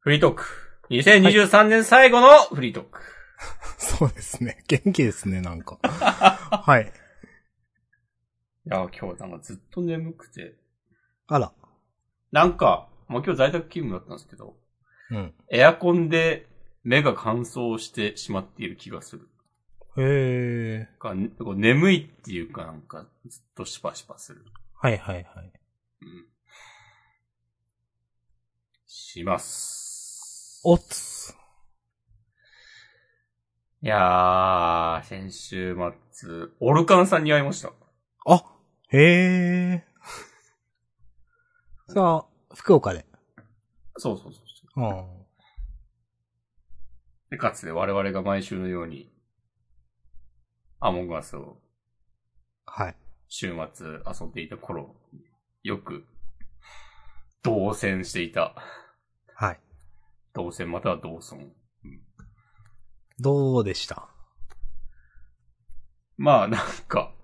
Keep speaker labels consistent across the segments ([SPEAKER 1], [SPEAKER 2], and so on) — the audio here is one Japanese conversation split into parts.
[SPEAKER 1] フリートーク。2023年最後のフリートーク。
[SPEAKER 2] そうですね。元気ですね、なん か。はい。
[SPEAKER 1] いや、今日なんかずっと眠くて。
[SPEAKER 2] あら。
[SPEAKER 1] なんか、もう今日在宅勤務だったんですけど、
[SPEAKER 2] うん。
[SPEAKER 1] エアコンで目が乾燥してしまっている気がする。
[SPEAKER 2] へえ。
[SPEAKER 1] かねこう眠いっていうかなんかずっとシパシパする。
[SPEAKER 2] はいはいはい。
[SPEAKER 1] うん。します。
[SPEAKER 2] おつ。
[SPEAKER 1] いやー、先週末、オルカンさんに会いました。
[SPEAKER 2] あ へえ。さあ、福岡で。
[SPEAKER 1] そうそうそうそう。
[SPEAKER 2] うん。
[SPEAKER 1] で、かつて我々が毎週のように、アモンガスを
[SPEAKER 2] はい。
[SPEAKER 1] 週末遊んでいた頃、よく、同戦していた。
[SPEAKER 2] はい。
[SPEAKER 1] 同戦または同村。
[SPEAKER 2] どうでした
[SPEAKER 1] まあ、なんか、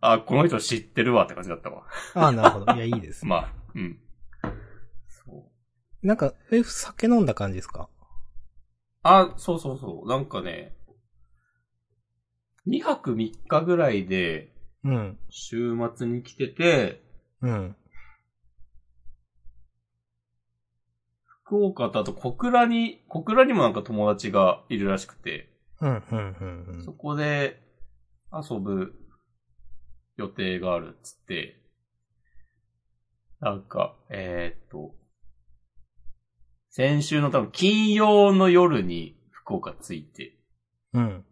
[SPEAKER 1] あ、この人知ってるわって感じだったわ。
[SPEAKER 2] ああ、なるほど。いや、いいです。
[SPEAKER 1] まあ、うん。そう。
[SPEAKER 2] なんか、え、酒飲んだ感じですか
[SPEAKER 1] あ、そうそうそう。なんかね、2泊3日ぐらいで、
[SPEAKER 2] うん。
[SPEAKER 1] 週末に来てて、
[SPEAKER 2] うん。
[SPEAKER 1] 福岡だと小倉に、小倉にもなんか友達がいるらしくて、
[SPEAKER 2] うん、うん、うん
[SPEAKER 1] そこで遊ぶ予定があるっつって、なんか、えーっと、先週の多分金曜の夜に福岡着いて、
[SPEAKER 2] うん。うん。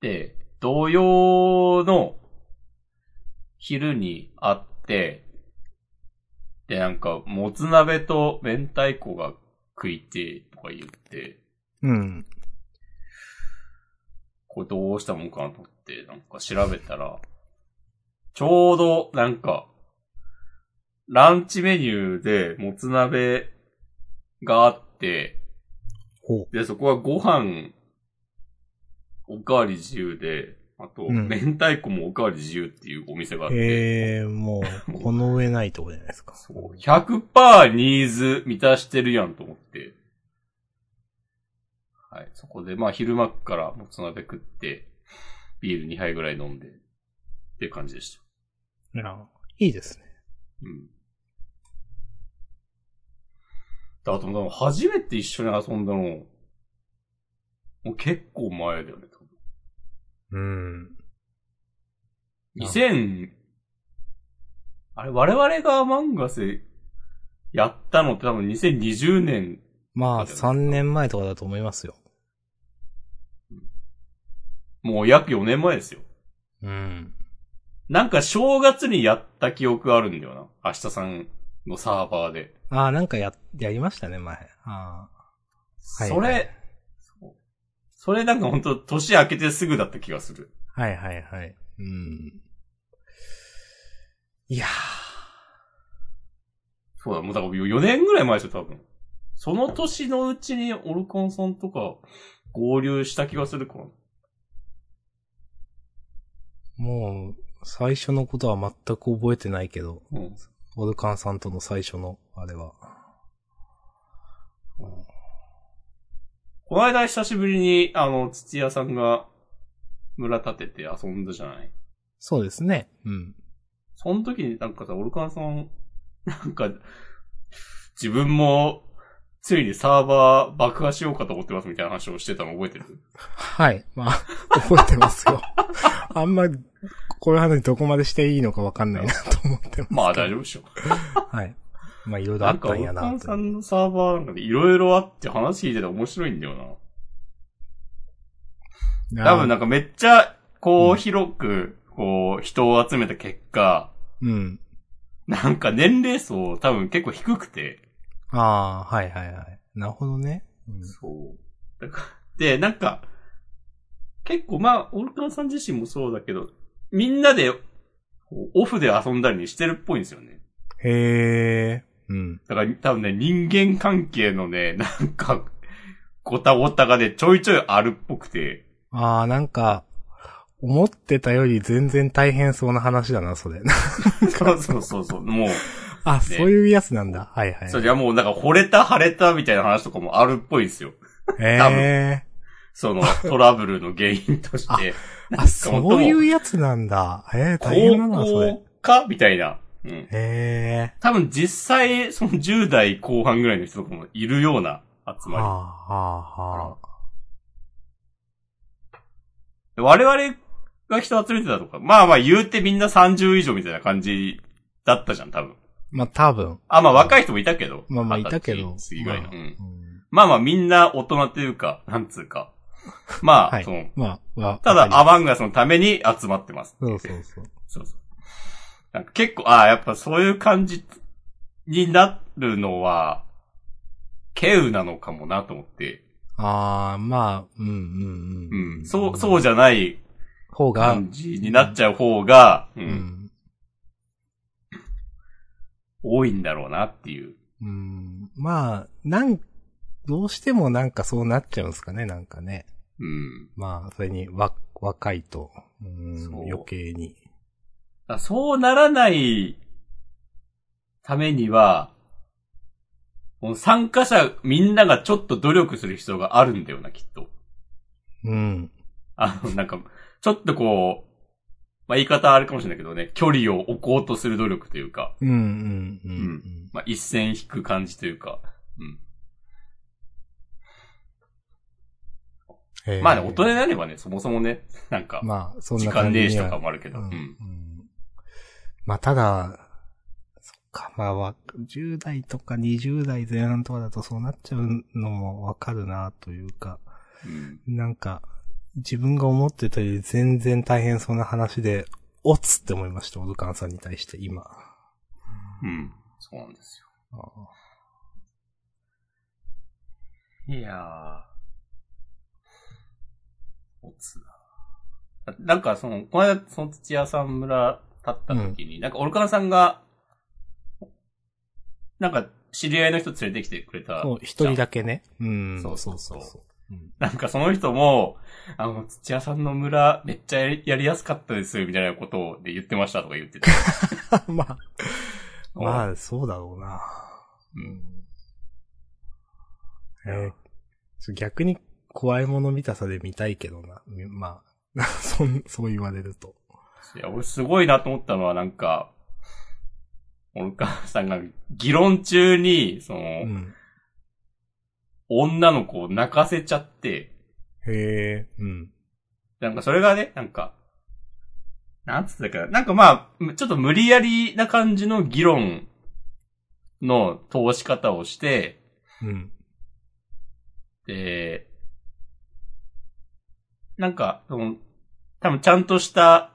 [SPEAKER 1] で、土曜の昼に会って、で、なんか、もつ鍋と明太子が食いて、とか言って、
[SPEAKER 2] うん。
[SPEAKER 1] これどうしたもんかなと思って、なんか調べたら、ちょうど、なんか、ランチメニューで、もつ鍋があって、
[SPEAKER 2] ほう。
[SPEAKER 1] で、そこはご飯、おかわり自由で、あと、
[SPEAKER 2] うん
[SPEAKER 1] 明太子もおかわり自由っていうお店があって、
[SPEAKER 2] ええもう、この上ないとこじゃないですか。
[SPEAKER 1] そう100%ニーズ満たしてるやんと思って。はい。そこで、まあ、昼間っからもつ鍋食って、ビール2杯ぐらい飲んで、っていう感じでした。
[SPEAKER 2] いやいいですね。
[SPEAKER 1] うん。だともう初めて一緒に遊んだの、もう結構前だよね、多分
[SPEAKER 2] うん。
[SPEAKER 1] 2000、あれ、我々がアマンガスやったのって多分2020年、
[SPEAKER 2] まあ、
[SPEAKER 1] そうじゃ
[SPEAKER 2] 3
[SPEAKER 1] ないですか
[SPEAKER 2] 年前とかだと思いますよ。
[SPEAKER 1] もう約4年前ですよ。
[SPEAKER 2] うん。
[SPEAKER 1] なんか正月にやった記憶あるんだよな。明日さんのサーバーで。
[SPEAKER 2] ああ、なんかや、やりましたね、前。あはい
[SPEAKER 1] そ
[SPEAKER 2] は
[SPEAKER 1] れ
[SPEAKER 2] い、
[SPEAKER 1] そうそれなんか本当年明けてすぐだった気がする。
[SPEAKER 2] あ。はいはいはい。うん。いや
[SPEAKER 1] そうだ、もうだから4年ぐらい前でしょ、多分。その年のうちにオルコンさんとか合流した気がするから。
[SPEAKER 2] ー、もう、最初のことは全く覚えてないけど、
[SPEAKER 1] うん。
[SPEAKER 2] オルカンさんとの最初の、あれは。
[SPEAKER 1] この間久しぶりに、あの、土屋さんが村立てて遊んだじゃない
[SPEAKER 2] そうですね。うん。
[SPEAKER 1] その時になんかさ、オルカンさん、なんか、自分も、ついにサーバー爆破しようかと思ってますみたいな話をしてたの覚えてる
[SPEAKER 2] はい。まあ、 覚えてますよ。あんま、こういう話どこまでしていいのかわかんないなと思ってます。
[SPEAKER 1] まあ大丈夫でしょ。
[SPEAKER 2] はい。まあ、いろいろ
[SPEAKER 1] な
[SPEAKER 2] あ
[SPEAKER 1] ん
[SPEAKER 2] っ
[SPEAKER 1] か、
[SPEAKER 2] た
[SPEAKER 1] オ
[SPEAKER 2] んや
[SPEAKER 1] ルカ
[SPEAKER 2] な
[SPEAKER 1] ン
[SPEAKER 2] と
[SPEAKER 1] さ。んのサーバーなんかでいろいろあって話聞いてて面白いんだよな。多分なんかめっちゃ、こ
[SPEAKER 2] う
[SPEAKER 1] う、
[SPEAKER 2] ん
[SPEAKER 1] 広く、こう、人を集めた結果、
[SPEAKER 2] うん。
[SPEAKER 1] なんか年齢層多分結構低くて。
[SPEAKER 2] ああ、はいはいはい。なるほどね。うん
[SPEAKER 1] そう。だから、で、なんか、結構まあ、オルカンさん自身もそうだけど、みんなで、こうオフで遊んだりしてるっぽいんですよね。
[SPEAKER 2] へえ。うん。
[SPEAKER 1] だから多分ね、人間関係のね、なんか、ごたごたがね、ちょいちょいあるっぽくて。
[SPEAKER 2] ああ、なんか、思ってたより全然大変そうな話だな、それ。
[SPEAKER 1] そうそうそうそう、もう、
[SPEAKER 2] あ、そういうやつなんだ。はいはい。
[SPEAKER 1] そう、じゃあもうなんか惚れた、腫れたみたいな話とかもあるっぽいんですよ。多分
[SPEAKER 2] え
[SPEAKER 1] そのトラブルの原因として。
[SPEAKER 2] え あ、そういうやつなんだ。ええ大変だな、それ。
[SPEAKER 1] 高校かみたいな。うん。
[SPEAKER 2] ええ
[SPEAKER 1] 多分実際、その10代後半ぐらいの人とかもいるような集
[SPEAKER 2] はあ、
[SPEAKER 1] ま
[SPEAKER 2] はあ、はあ。
[SPEAKER 1] り。我々が人集めてたとか、まあまあ言うてみんな30以上みたいな感じだったじゃん、多分。
[SPEAKER 2] まあ、多分。
[SPEAKER 1] あ、まあ若い人もいたけど。
[SPEAKER 2] まあまあ、い
[SPEAKER 1] 二十
[SPEAKER 2] たけど。
[SPEAKER 1] 歳以外の。
[SPEAKER 2] まあ
[SPEAKER 1] うん。
[SPEAKER 2] うん
[SPEAKER 1] まあまあみんな大人というか、なんつうか。まあ、
[SPEAKER 2] はい
[SPEAKER 1] その、
[SPEAKER 2] まあ、わ
[SPEAKER 1] ただア
[SPEAKER 2] わか
[SPEAKER 1] バンガスのために集まってます。
[SPEAKER 2] りますそうそうそう。
[SPEAKER 1] そうそう。なんか結構、ああ、やっぱそういう感じになるのは、稀有なのかもなと思って。
[SPEAKER 2] ああ、まあ、うんうん
[SPEAKER 1] う
[SPEAKER 2] うん。
[SPEAKER 1] ん。そう、そうじゃない
[SPEAKER 2] 方が、
[SPEAKER 1] 感じになっちゃう方が、う、
[SPEAKER 2] うんん。
[SPEAKER 1] 多いんだろうなっていう。
[SPEAKER 2] うん。まあ、なん、どうしてもなんかそうなっちゃうんですかね、なんかね。
[SPEAKER 1] うん。
[SPEAKER 2] まあ、それに、わ、若いと、うん
[SPEAKER 1] そう
[SPEAKER 2] 余計に。
[SPEAKER 1] だからそうならないためには、この参加者みんながちょっと努力する必要があるんだよな、きっと。
[SPEAKER 2] うん。
[SPEAKER 1] あの、なんか、ちょっとこう、まあ、言い方あるかもしれないけどね、距離を置こうとする努力というか、
[SPEAKER 2] うんうんうん
[SPEAKER 1] うまあ、一線引く感じというか、うん。
[SPEAKER 2] うん。
[SPEAKER 1] まあね、大人
[SPEAKER 2] 人
[SPEAKER 1] になればね、そもそもね、なんか、
[SPEAKER 2] まあ、そん
[SPEAKER 1] 時
[SPEAKER 2] な
[SPEAKER 1] 間
[SPEAKER 2] 感じ
[SPEAKER 1] ね
[SPEAKER 2] に
[SPEAKER 1] えし
[SPEAKER 2] は
[SPEAKER 1] とかもあるけど、う
[SPEAKER 2] うん
[SPEAKER 1] ん。
[SPEAKER 2] うんまあ、ただ、そっか、まあ、わ10代とか20代前半とかだとそうなっちゃうのもわかるな、というか。
[SPEAKER 1] うん。
[SPEAKER 2] なんか、自分が思ってたより全然大変そうな話で、おつって思いました、オルカンさんに対して今。
[SPEAKER 1] うん。そうなんです
[SPEAKER 2] あー
[SPEAKER 1] よ。いやー。おつな。なんか、その、この間、その土屋さん村立った時に、なんか、オルカナさんが、なんか、知り合いの人連れてきてくれた。
[SPEAKER 2] そう、一人だけね。うん。
[SPEAKER 1] そうそうそう
[SPEAKER 2] う。
[SPEAKER 1] なんかその人も、あの、土屋さんの村めっちゃやりやりやすかったです、みたいなことをで言ってましたとか言 ってた。
[SPEAKER 2] うん まあ、まあ、そうだろうな。
[SPEAKER 1] うん。
[SPEAKER 2] えーそう逆に怖いもの見たさで見たいけどな。みまあ、 そん、そう言われると。
[SPEAKER 1] いや、俺すごいなと思ったのはなんか、俺母さんが議論中に、その、
[SPEAKER 2] うん。
[SPEAKER 1] 女の子を泣かせちゃって、
[SPEAKER 2] へえ、うん。
[SPEAKER 1] なんかそれがね、なんか、なんつったかな、なんかまあ、ちょっと無理やりな感じの議論の通し方をして、
[SPEAKER 2] うん。
[SPEAKER 1] で、なんか、その、多分ちゃんとした、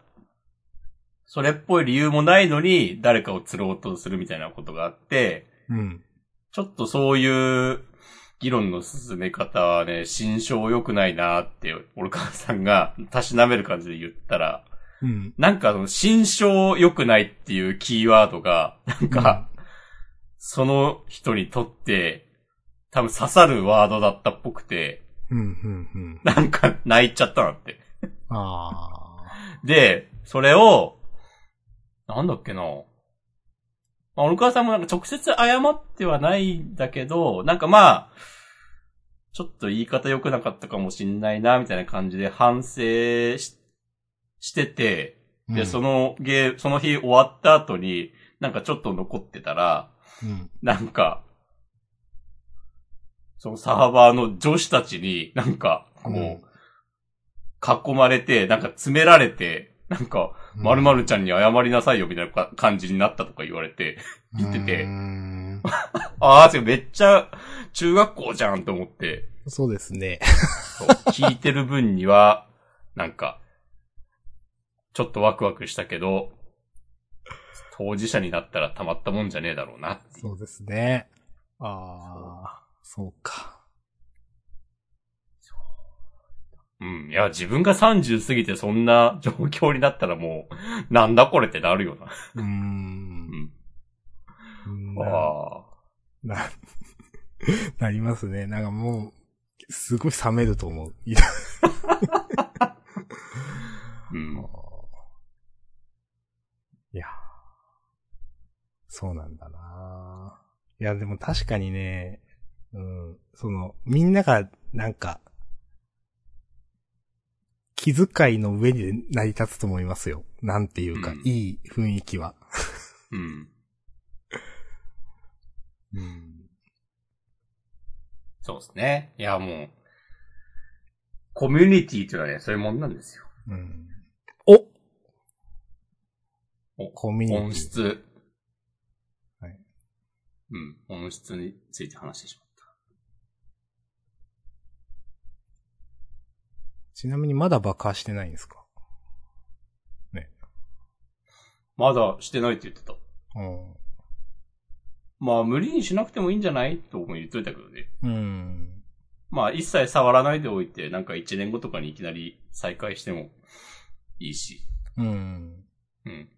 [SPEAKER 1] それっぽい理由もないのに、誰かを釣ろうとするみたいなことがあって、
[SPEAKER 2] うん。
[SPEAKER 1] ちょっとそういう議論の進め方はね、心象良くないなって、俺母さんがたしなめる感じで言ったら、
[SPEAKER 2] うん。
[SPEAKER 1] なんかその、心象良くないっていうキーワードが、なんか、その人にとって、多分刺さるワードだったっぽくて、
[SPEAKER 2] うん、うん、うん。
[SPEAKER 1] なんか泣いちゃったなって。
[SPEAKER 2] ああ。
[SPEAKER 1] で、それを、なんだっけな。まあ、オルカワさんもなんか直接謝ってはないんだけど、なんかまあ、ちょっと言い方良くなかったかもしんないな、みたいな感じで反省ししてて、で、そ
[SPEAKER 2] の、
[SPEAKER 1] のゲー、その日終わった後に、なんかちょっと残ってたら、
[SPEAKER 2] うん。
[SPEAKER 1] なんか、そのサーバーの女子たちになんか、こう、囲まれて、なんか詰められて、なんか、
[SPEAKER 2] うん、
[SPEAKER 1] 〇〇ちゃんに謝りなさいよみたいなか感じになったとか言われて、言ってて
[SPEAKER 2] うーん
[SPEAKER 1] ああ、それめっちゃ中学校じゃんと思って、
[SPEAKER 2] そうですね。
[SPEAKER 1] そう聞いてる分には、なんか、ちょっとワクワクしたけど、当事者になったらたまったもんじゃねえだろうなっていう
[SPEAKER 2] そうですね。ああ、そうか。
[SPEAKER 1] うん。いや、自分が30過ぎてそんな状況になったらもう、 なんだこれってなるよな。
[SPEAKER 2] うー。
[SPEAKER 1] うんん。
[SPEAKER 2] な
[SPEAKER 1] ああ。
[SPEAKER 2] な、 なりますね。なんかもう、すごい冷めると思う。
[SPEAKER 1] うん。
[SPEAKER 2] いや。そうなんだないや、でも確かにね、うん、その、みんなが、なんか、気遣いの上に成り立つと思いますよ。なんていうか、
[SPEAKER 1] うん
[SPEAKER 2] いい雰囲気は。
[SPEAKER 1] うん。
[SPEAKER 2] うん。
[SPEAKER 1] そうですね。いや、もう、コミュニティというのはね、そういうもんなんですよ。
[SPEAKER 2] うん。お
[SPEAKER 1] お
[SPEAKER 2] コミュ
[SPEAKER 1] 音
[SPEAKER 2] ニティ。
[SPEAKER 1] 質。
[SPEAKER 2] はい。
[SPEAKER 1] うん。音質について話してしまった。
[SPEAKER 2] ちなみにまだ爆破してないんですか
[SPEAKER 1] まだしてないって言ってた。
[SPEAKER 2] うん。
[SPEAKER 1] まあ、無理にしなくてもいいんじゃないとも言っといたけどね。
[SPEAKER 2] うん。
[SPEAKER 1] まあ、一切触らないでおいて、なんか1年後とかにいきなり再開してもいいし。
[SPEAKER 2] うん。
[SPEAKER 1] うん。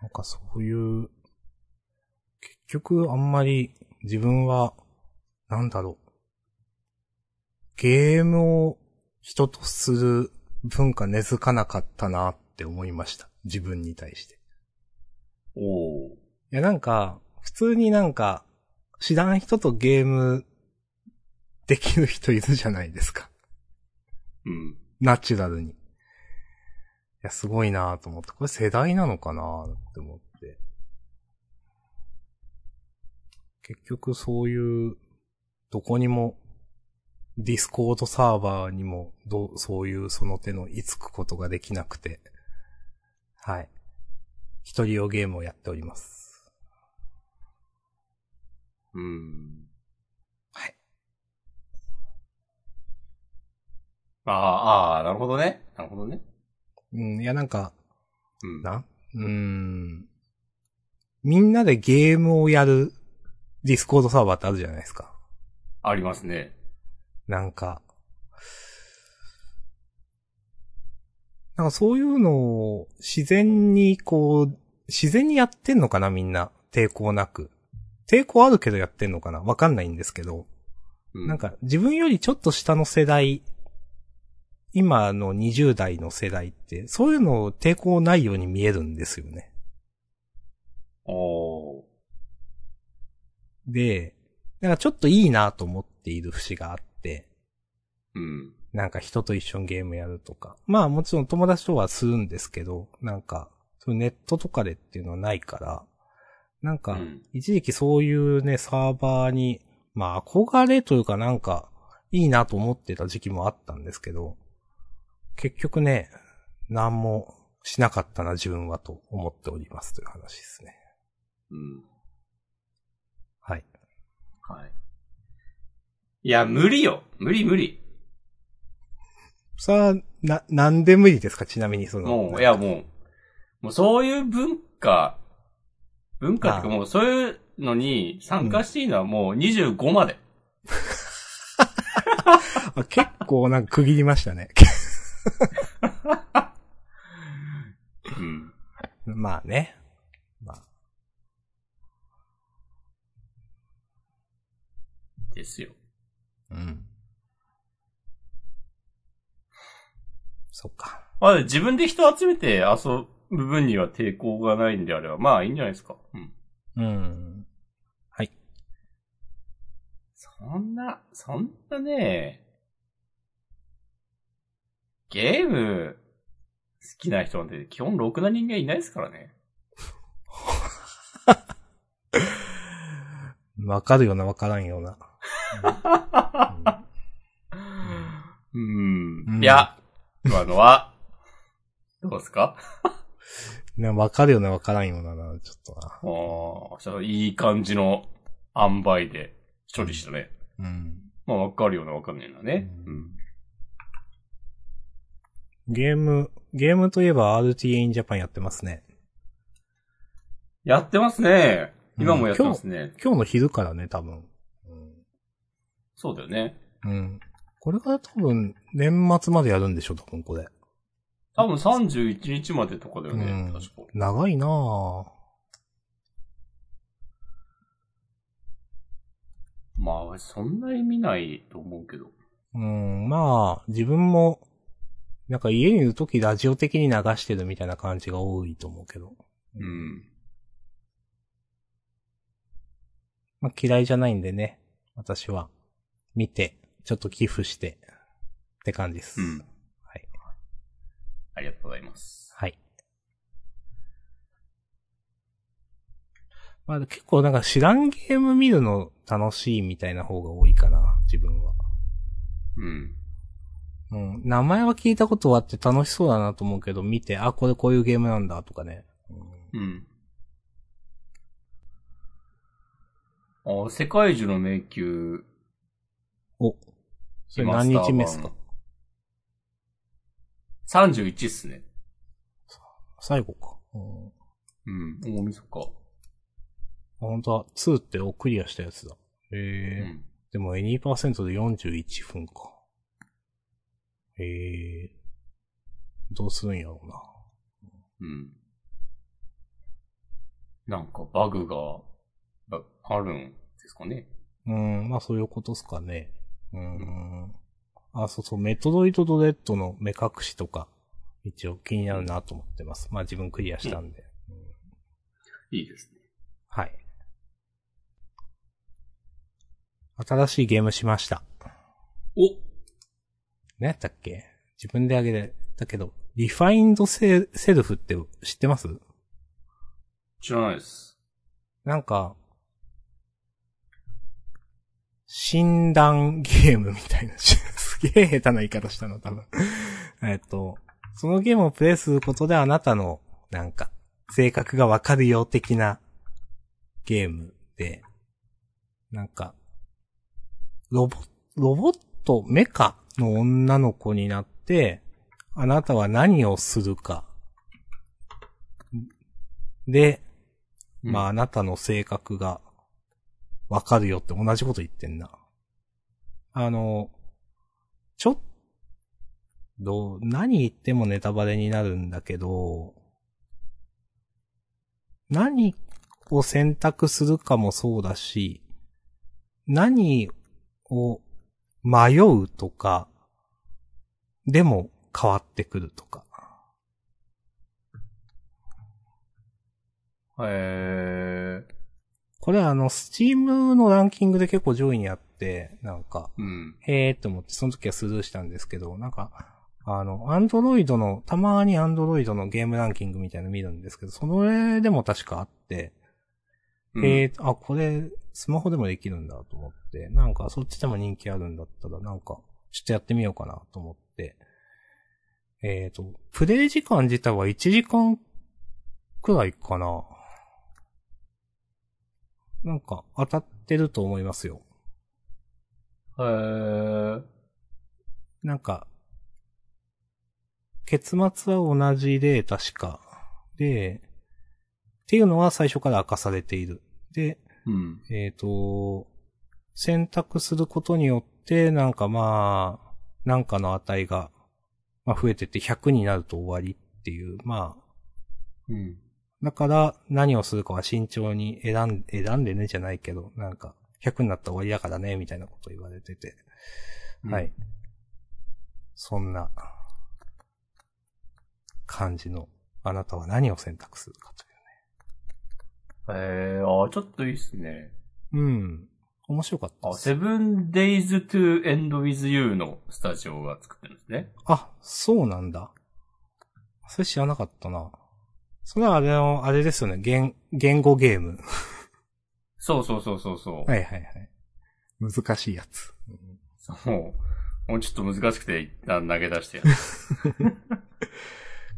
[SPEAKER 2] なんかそういう、結局あんまり自分は、なんだろう。ゲームを人とする文化根付かなかったなって思いました。自分に対して。
[SPEAKER 1] おー。
[SPEAKER 2] いやなんか、普通になんか、知らん人とゲームできる人いるじゃないですか。
[SPEAKER 1] うん。
[SPEAKER 2] ナチュラルに。いや、すごいなと思って。これ世代なのかなって思って。結局そういう、どこにも、ディスコードサーバーにも、どう、そういうその手の居つくことができなくて。はい。一人用ゲームをやっております。
[SPEAKER 1] うん。
[SPEAKER 2] はい。
[SPEAKER 1] ああ、ああ、なるほどね。なるほどね。
[SPEAKER 2] うん、いやなんか、
[SPEAKER 1] うん。
[SPEAKER 2] な、うーん。みんなでゲームをやるディスコードサーバーってあるじゃないですか。
[SPEAKER 1] ありますね。
[SPEAKER 2] なんか。なんかそういうのを自然にこう、自然にやってんのかなみんな。抵抗なく。抵抗あるけどやってんのかなわかんないんですけど。
[SPEAKER 1] う
[SPEAKER 2] なん、か自分よりちょっと下の世代、今の20代の世代って、そういうのを抵抗ないように見えるんですよね。
[SPEAKER 1] おー。
[SPEAKER 2] で、なんかちょっといいなと思っている節があって、
[SPEAKER 1] うん。
[SPEAKER 2] なんか人と一緒にゲームやるとか。まあもちろん友達とはするんですけど、なんか、そういうネットとかでっていうのはないから、なん
[SPEAKER 1] う
[SPEAKER 2] か、
[SPEAKER 1] ん。
[SPEAKER 2] 一時期そういうね、サーバーに、まあ憧れというかなんか、いいなと思ってた時期もあったんですけど、結局ね、何もしなかったな自分はと思っておりますという話ですね。
[SPEAKER 1] うん。
[SPEAKER 2] はい。
[SPEAKER 1] はい。いや、無理よ。無理無理。
[SPEAKER 2] さあ、な、なんで無理ですかちなみにその。
[SPEAKER 1] もう、いやもう、もうそういう文化、文化っていう
[SPEAKER 2] あ
[SPEAKER 1] かもうそういうのに参加していいのはもう25まで。
[SPEAKER 2] あ結構なんか区切りましたね。
[SPEAKER 1] うん。
[SPEAKER 2] まあね。まあ、
[SPEAKER 1] ですよ。
[SPEAKER 2] うん。そっか。
[SPEAKER 1] まあ自分で人集めて遊ぶ分には抵抗がないんであれば、まあいいんじゃないですか。うん。
[SPEAKER 2] うん。はい。
[SPEAKER 1] そんな、そんなね、ゲーム好きな人なんて基本ろくな人間いないですからね。
[SPEAKER 2] わかるようなわからんよう な。
[SPEAKER 1] うん。
[SPEAKER 2] うん
[SPEAKER 1] いや、今のは、どうですか
[SPEAKER 2] うんねわかるようなわからんようなな、ちょっとな。
[SPEAKER 1] あーちょっといい感じの塩梅で処理したね。
[SPEAKER 2] うん。
[SPEAKER 1] まあ、わかるようなわかんないなね。
[SPEAKER 2] う
[SPEAKER 1] うんん。
[SPEAKER 2] ゲーム、ゲームといえば RTA in Japan やってますね。
[SPEAKER 1] やってますね。
[SPEAKER 2] うん
[SPEAKER 1] 今もやってますね。
[SPEAKER 2] 今日の昼からね、多分。うん
[SPEAKER 1] そうだよね。
[SPEAKER 2] うん。これから多分、年末までやるんでしょ、多分これ。
[SPEAKER 1] 多分31日までとかだよね。
[SPEAKER 2] うん
[SPEAKER 1] 確か。
[SPEAKER 2] 長いなぁ。
[SPEAKER 1] まあ、そんなに見ないと思うけど。
[SPEAKER 2] うん、まあ、自分も、なんか家にいるときラジオ的に流してるみたいな感じが多いと思うけど。
[SPEAKER 1] うん。
[SPEAKER 2] まあ、嫌いじゃないんでね。私は。見て、ちょっと寄付して、って感じです。
[SPEAKER 1] うん
[SPEAKER 2] はい。
[SPEAKER 1] ありがとうございます。
[SPEAKER 2] はい。まあ、結構なんか知らんゲーム見るの楽しいみたいな方が多いかな、自分は。
[SPEAKER 1] うん。
[SPEAKER 2] うん。名前は聞いたことはあって楽しそうだなと思うけど、見て、あ、これこういうゲームなんだ、とかね。うん
[SPEAKER 1] うん。あ、世界中の迷宮、
[SPEAKER 2] お。それ
[SPEAKER 1] マ
[SPEAKER 2] 何
[SPEAKER 1] スター版
[SPEAKER 2] 日目っすか
[SPEAKER 1] ?31 っすね。
[SPEAKER 2] 最後か。うん。あ、
[SPEAKER 1] うん。大晦日。
[SPEAKER 2] 本当は、2ってをクリアしたやつだ。
[SPEAKER 1] う
[SPEAKER 2] へえ。
[SPEAKER 1] ん。
[SPEAKER 2] でも2%で41分か。へえ。どうするんやろうな。
[SPEAKER 1] うん。なんかバグが、ああるんですかね。
[SPEAKER 2] うん、まあそういうことっすかね。うん。あ、そうそう、メトロイドドレッドの目隠しとか、一応気になるなと思ってます。まあ自分クリアしたんで。
[SPEAKER 1] いいですね。
[SPEAKER 2] はい。新しいゲームしました。
[SPEAKER 1] お
[SPEAKER 2] 何やったっけ自分であげたけど、リファインドセセルフって知ってます
[SPEAKER 1] 知らないです。
[SPEAKER 2] なんか、診断ゲームみたいな。 すげえ下手な言い方したの、多分。えっと、そのゲームをプレイすることであなたの、なんか、性格がわかるよ的なゲームで、なんか、ロボ、ロボット、メカの女の子になって、あなたは何をするか。で、まあ、あなたの性格がわかるよって同じこと言ってんな。あの、ちょっと、何言ってもネタバレになるんだけど、何を選択するかもそうだし、何を迷うとか、でも変わってくるとか。
[SPEAKER 1] へえ
[SPEAKER 2] これあの、スチームのランキングで結構上位にあって、なんか、
[SPEAKER 1] ー。うん。
[SPEAKER 2] へえーと思って、その時はスルーしたんですけど、なんか、あの、アンドロイドの、たまにアンドロイドのゲームランキングみたいなの見るんですけど、それでも確かあって、
[SPEAKER 1] うん
[SPEAKER 2] えーとあ、これ、スマホでもできるんだと思って、なんか、そっちでも人気あるんだったら、なんか、ちょっとやってみようかなと思って、えーと、プレイ時間自体は1時間くらいかな。なんか、当たってると思いますよ。
[SPEAKER 1] へー。
[SPEAKER 2] なんか、結末は同じで、確か。で、っていうのは最初から明かされている。で、
[SPEAKER 1] うん。
[SPEAKER 2] えっ、と、選択することによって、なんかまあ、なんかの値が、まあ増えてって100になると終わりっていう、まあ、
[SPEAKER 1] うん。
[SPEAKER 2] だから、何をするかは慎重に選ん、選んでねじゃないけど、なんか、100になったら終わりだからね、みたいなこと言われてて。
[SPEAKER 1] うん
[SPEAKER 2] はい。そんな、感じの、あなたは何を選択するかと
[SPEAKER 1] へえー。あー、ちょっといいっすね。
[SPEAKER 2] いう。うん。面白かった
[SPEAKER 1] あ、
[SPEAKER 2] です。
[SPEAKER 1] セブンデイズトゥエンドウィズユーのスタジオが作ってるんですね。
[SPEAKER 2] あ、そうなんだ。それ知らなかったな。それはあれの、あれですよね。言、言語ゲーム。
[SPEAKER 1] そうそうそうそうそう。
[SPEAKER 2] はいはいはい。難しいやつ。
[SPEAKER 1] そう。もうちょっと難しくて一旦投げ出してや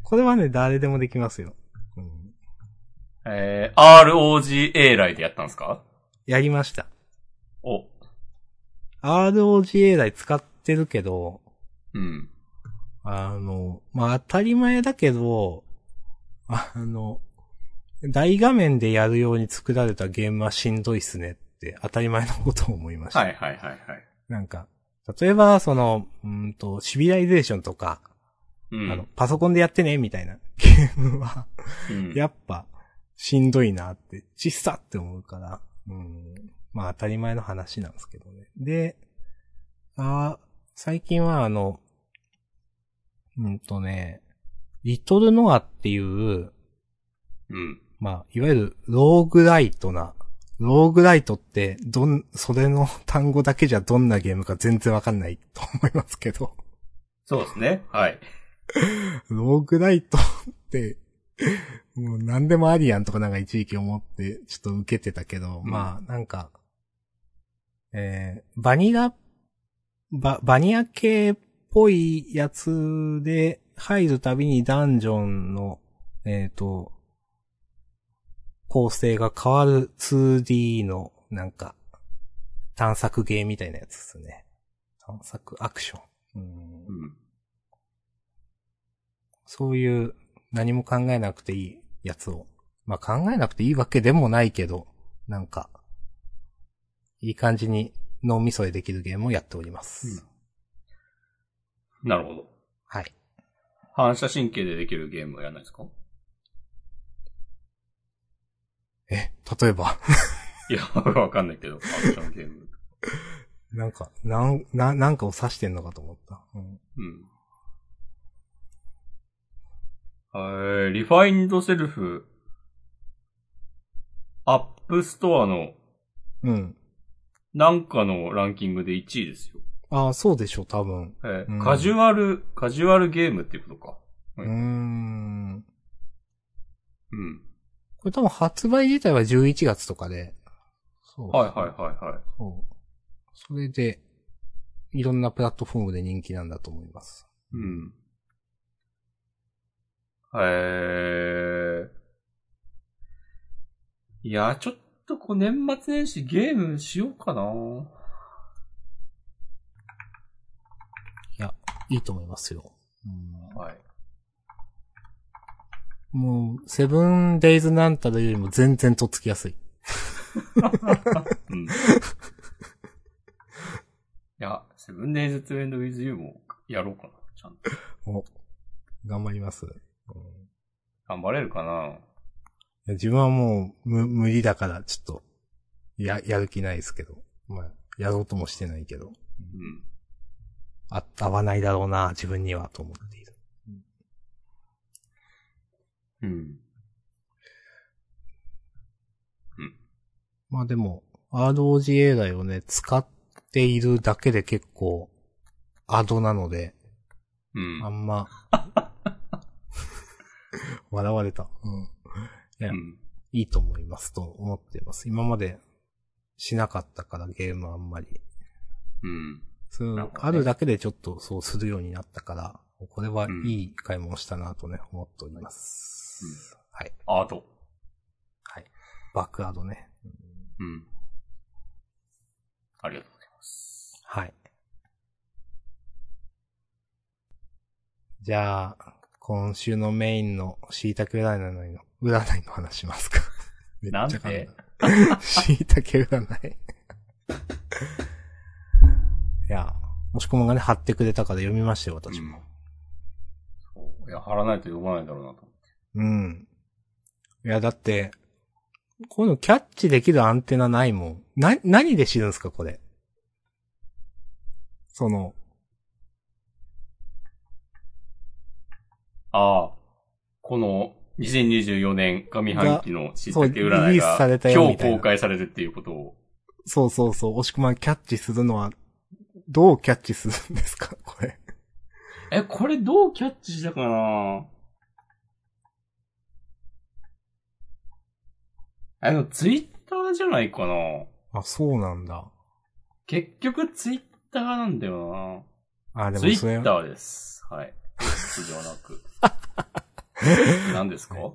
[SPEAKER 2] これはね、誰でもできますよ。うん
[SPEAKER 1] えー、ROGA 来でやったんですか
[SPEAKER 2] やりました。
[SPEAKER 1] お。
[SPEAKER 2] ROGA 台使ってるけど、
[SPEAKER 1] うん。
[SPEAKER 2] あの、まあ、当たり前だけど、あの、大画面でやるように作られたゲームはしんどいっすねって当たり前のことを思いました。
[SPEAKER 1] はいはいはいはい。
[SPEAKER 2] なんか、例えば、その、うんと、シビライゼーションとか、
[SPEAKER 1] うん。
[SPEAKER 2] あの、パソコンでやってね、みたいなゲームは、
[SPEAKER 1] うん、
[SPEAKER 2] やっぱ、しんどいなって、ちっさって思うから、うん。まあ当たり前の話なんですけどね。で、あー最近はあの、ううんとね、リトルノアっていう、
[SPEAKER 1] うん。
[SPEAKER 2] まあ、いわゆるローグライトな、ローグライトって、どん、それの単語だけじゃどんなゲームか全然わかんないと思いますけど、
[SPEAKER 1] そうですね。はい。
[SPEAKER 2] ローグライトって、もう何でもありやんとかなんか一時期思って、ちょっと受けてたけど、
[SPEAKER 1] うん
[SPEAKER 2] まあ、なんか、えー、バニラ、バ、バニラ系っぽいやつで、入るたびにダンジョンの、えっ、と、構成が変わる 2D の、なんか、探索ゲーみたいなやつですね。探索アクション。うん
[SPEAKER 1] うん。
[SPEAKER 2] そういう何も考えなくていいやつを。まあ、考えなくていいわけでもないけど、なんか、いい感じに脳みそでできるゲームをやっております。
[SPEAKER 1] なるほど。
[SPEAKER 2] はい。
[SPEAKER 1] 反射神経でできるゲームはやらないですか
[SPEAKER 2] え、例えば、
[SPEAKER 1] いや、わかんないけど、アクションゲーム。
[SPEAKER 2] なんか、なん、な、なんかを指してんのかと思った。うん、
[SPEAKER 1] うん。はい、リファインドセルフ、アップストアの
[SPEAKER 2] うん。
[SPEAKER 1] なんかのランキングで1位ですよ。
[SPEAKER 2] ああ、そうでしょ、多分。
[SPEAKER 1] えー
[SPEAKER 2] うん
[SPEAKER 1] カジュアル、カジュアルゲームっていうことか。
[SPEAKER 2] う
[SPEAKER 1] は
[SPEAKER 2] ー
[SPEAKER 1] い
[SPEAKER 2] ん。
[SPEAKER 1] うん。
[SPEAKER 2] これ多分発売自体は11月とかで。そう。
[SPEAKER 1] はいはいはいはい。
[SPEAKER 2] そう。それで、いろんなプラットフォームで人気なんだと思います。
[SPEAKER 1] うん。へえ。いや、ちょっとこう年末年始ゲームしようかな。
[SPEAKER 2] いいと思いますよ。うん
[SPEAKER 1] はい。
[SPEAKER 2] もう、セブンデイズなんたらよりも全然とっつきやすい。
[SPEAKER 1] うん。いや、セブンデイズ・トゥ・エンド・ウィズ・ユーもやろうかな。ちゃんと。
[SPEAKER 2] 頑張ります。
[SPEAKER 1] 頑張れるかな。
[SPEAKER 2] 自分はもう、む、無理だから、ちょっと、や、やる気ないですけど。まあ、やろうともしてないけど。
[SPEAKER 1] うん。
[SPEAKER 2] あ、合わないだろうな、自分には、と思っている。
[SPEAKER 1] うん。
[SPEAKER 2] まあでも、ROGA だよね、使っているだけで結構、アドなので、
[SPEAKER 1] うん。
[SPEAKER 2] あんま、笑われた。うん。
[SPEAKER 1] うん。
[SPEAKER 2] いいと思いますと思っています。今までしなかったからゲームあんまり。
[SPEAKER 1] うん。
[SPEAKER 2] そう、
[SPEAKER 1] なるほどね
[SPEAKER 2] あるだけでちょっとそうするようになったから、これはいい買い物したなとね、思っております。はい。
[SPEAKER 1] アート。
[SPEAKER 2] はい。バックアドね。
[SPEAKER 1] うん。ありがとうございます。
[SPEAKER 2] はい。じゃあ、今週のメインの椎茸占いの、占いの話しますか。 めっちゃ噛だ椎茸占い。い や、もしこもがね、貼ってくれたから読みましたよ、私も。
[SPEAKER 1] そういや、貼らないと読まないだろうなと。
[SPEAKER 2] うん。いや、だって、こういうのキャッチできるアンテナないもん。な、何で知るんですか、これ。その、
[SPEAKER 1] ああ、この2024年上半期のしいたけ
[SPEAKER 2] そうリ
[SPEAKER 1] 占い
[SPEAKER 2] リースされ
[SPEAKER 1] が
[SPEAKER 2] たよ
[SPEAKER 1] 今
[SPEAKER 2] み
[SPEAKER 1] 日
[SPEAKER 2] たいな
[SPEAKER 1] 公開されるっていうことを。
[SPEAKER 2] そうそうそう、押し込まんキャッチするのは、どうキャッチするんですか、 これ。
[SPEAKER 1] え、これどうキャッチしたかなあの、ツイッターじゃないかな
[SPEAKER 2] あ、そうなんだ。
[SPEAKER 1] 結局ツイッターなんだよ
[SPEAKER 2] あ、
[SPEAKER 1] な
[SPEAKER 2] で
[SPEAKER 1] ツイ
[SPEAKER 2] もそれ
[SPEAKER 1] ッターです。 はい。X ではなく。何ですか
[SPEAKER 2] い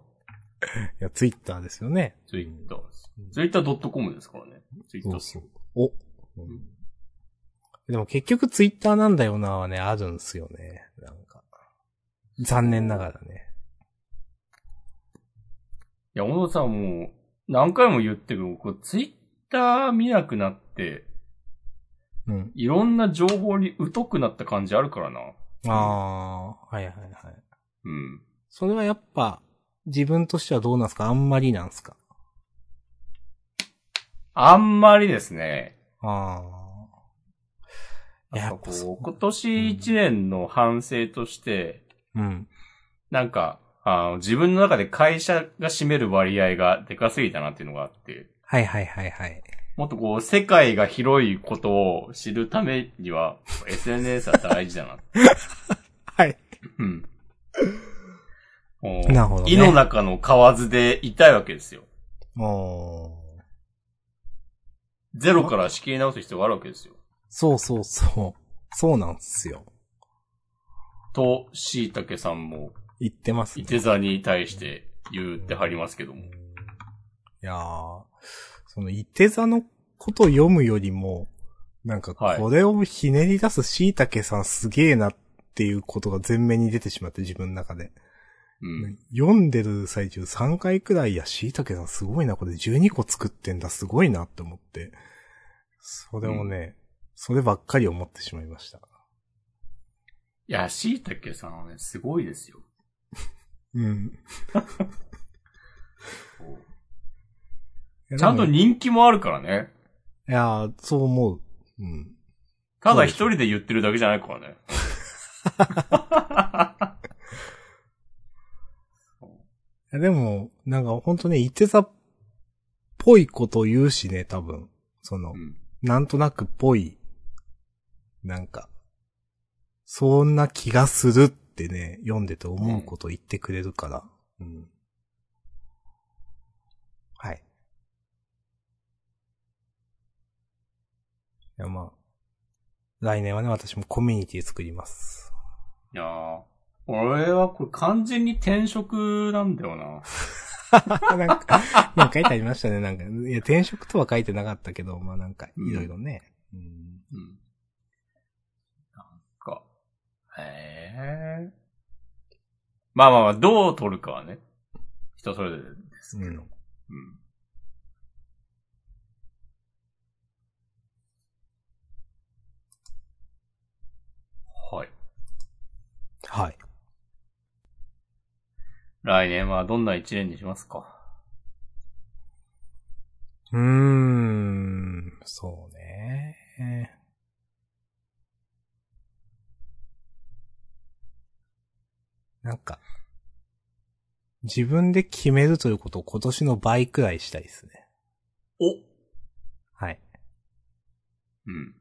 [SPEAKER 2] や、ツイッターですよね。
[SPEAKER 1] ツイッターです
[SPEAKER 2] うん。
[SPEAKER 1] ツイッター .com ですからね。ツイッター。
[SPEAKER 2] そうそう。お、でも結局ツイッターなんだよなはね、あるんすよね。なんか。残念ながらね。
[SPEAKER 1] いや、小野さんもう、何回も言ってるけど、僕、ツイッター見なくなって、
[SPEAKER 2] うん。
[SPEAKER 1] いろんな情報に疎くなった感じあるからな。
[SPEAKER 2] ああー、はいはいはい。
[SPEAKER 1] うん。
[SPEAKER 2] それはやっぱ、自分としてはどうなんすかあんまりなんすか
[SPEAKER 1] あんまりですね。
[SPEAKER 2] ああ。
[SPEAKER 1] やっぱ
[SPEAKER 2] そ
[SPEAKER 1] こう、今年一年の反省として、
[SPEAKER 2] うん。
[SPEAKER 1] なんか、あの自分の中で会社が占める割合がでかすぎたなっていうのがあって、
[SPEAKER 2] はいはいはいはい。
[SPEAKER 1] もっとこう、世界が広いことを知るためには、SNS は大事だな。
[SPEAKER 2] はい。
[SPEAKER 1] うん。もう
[SPEAKER 2] なるほどね
[SPEAKER 1] 井の中の蛙でいたいわけですよ。
[SPEAKER 2] おー。
[SPEAKER 1] ゼロから仕切り直す必要があるわけですよ。
[SPEAKER 2] そうそうそう。そうなんですよ。
[SPEAKER 1] と、しいたけさんも、
[SPEAKER 2] 言ってます
[SPEAKER 1] い
[SPEAKER 2] ね。
[SPEAKER 1] て座に対して言ってはりますけども。
[SPEAKER 2] いやー、その、いて座のことを読むよりも、なんか、
[SPEAKER 1] はい
[SPEAKER 2] これをひねり出す椎茸さんすげえなっていうことが前面に出てしまって、自分の中で。
[SPEAKER 1] うん。
[SPEAKER 2] 読んでる最中3回くらい、いや、椎茸さんすごいな、これ12個作ってんだ、すごいなって思って。それをね、そればっかり思ってしまいました。
[SPEAKER 1] いや、しいたけさんはね、すごいですよ。
[SPEAKER 2] うん。
[SPEAKER 1] ちゃんと
[SPEAKER 2] い
[SPEAKER 1] 人気もあるからね。
[SPEAKER 2] やー、そう思う。うん。
[SPEAKER 1] ただ一人で言ってるだけじゃないからね。
[SPEAKER 2] いやでも、なんか本当ね、いて座っぽいこと言うしね、多分。その
[SPEAKER 1] う、ん。
[SPEAKER 2] なんとなくっぽい、なんか、そんな気がするってね、読んでて思うこと言ってくれるから。うん。はい。いや、まあ、来年はね、私もコミュニティ作ります。
[SPEAKER 1] いやー俺はこれ完全に転職なんだよな。
[SPEAKER 2] なんか、なんか書いてありましたね。なんか、いや、転職とは書いてなかったけど、まあなんか、いろいろね。うん。
[SPEAKER 1] うん。なんか、へえ。まあまあまあ、どう取るかはね。人それぞれですけど。
[SPEAKER 2] う
[SPEAKER 1] うんん。はい。
[SPEAKER 2] はい。
[SPEAKER 1] 来年はどんな一年にしますか
[SPEAKER 2] うーん、そうね。なんか、自分で決めるということを今年の倍くらいしたいですね。
[SPEAKER 1] お
[SPEAKER 2] はい。
[SPEAKER 1] うん。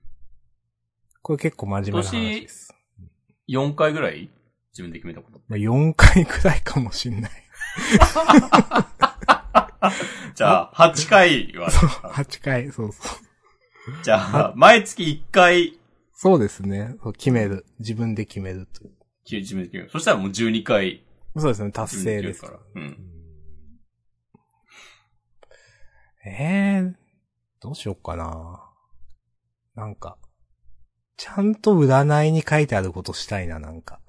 [SPEAKER 2] これ結構真面目な話です。
[SPEAKER 1] 4回ぐらい自分で決めた こと。
[SPEAKER 2] まあ、4回くらいかもしんない。
[SPEAKER 1] じゃあ、8回は、
[SPEAKER 2] 8回、そうそう。
[SPEAKER 1] じ ゃあ、毎月1回、
[SPEAKER 2] そうですね。そう決める。自分で決めるという。
[SPEAKER 1] 自分で決める。そしたらもう12回、
[SPEAKER 2] そうですね、達
[SPEAKER 1] 自分で
[SPEAKER 2] 成
[SPEAKER 1] 決めるか
[SPEAKER 2] ですから
[SPEAKER 1] ら。。うん。
[SPEAKER 2] えー、どうしよっかな。なんか、ちゃんと占いに書いてあることしたいな、なんか。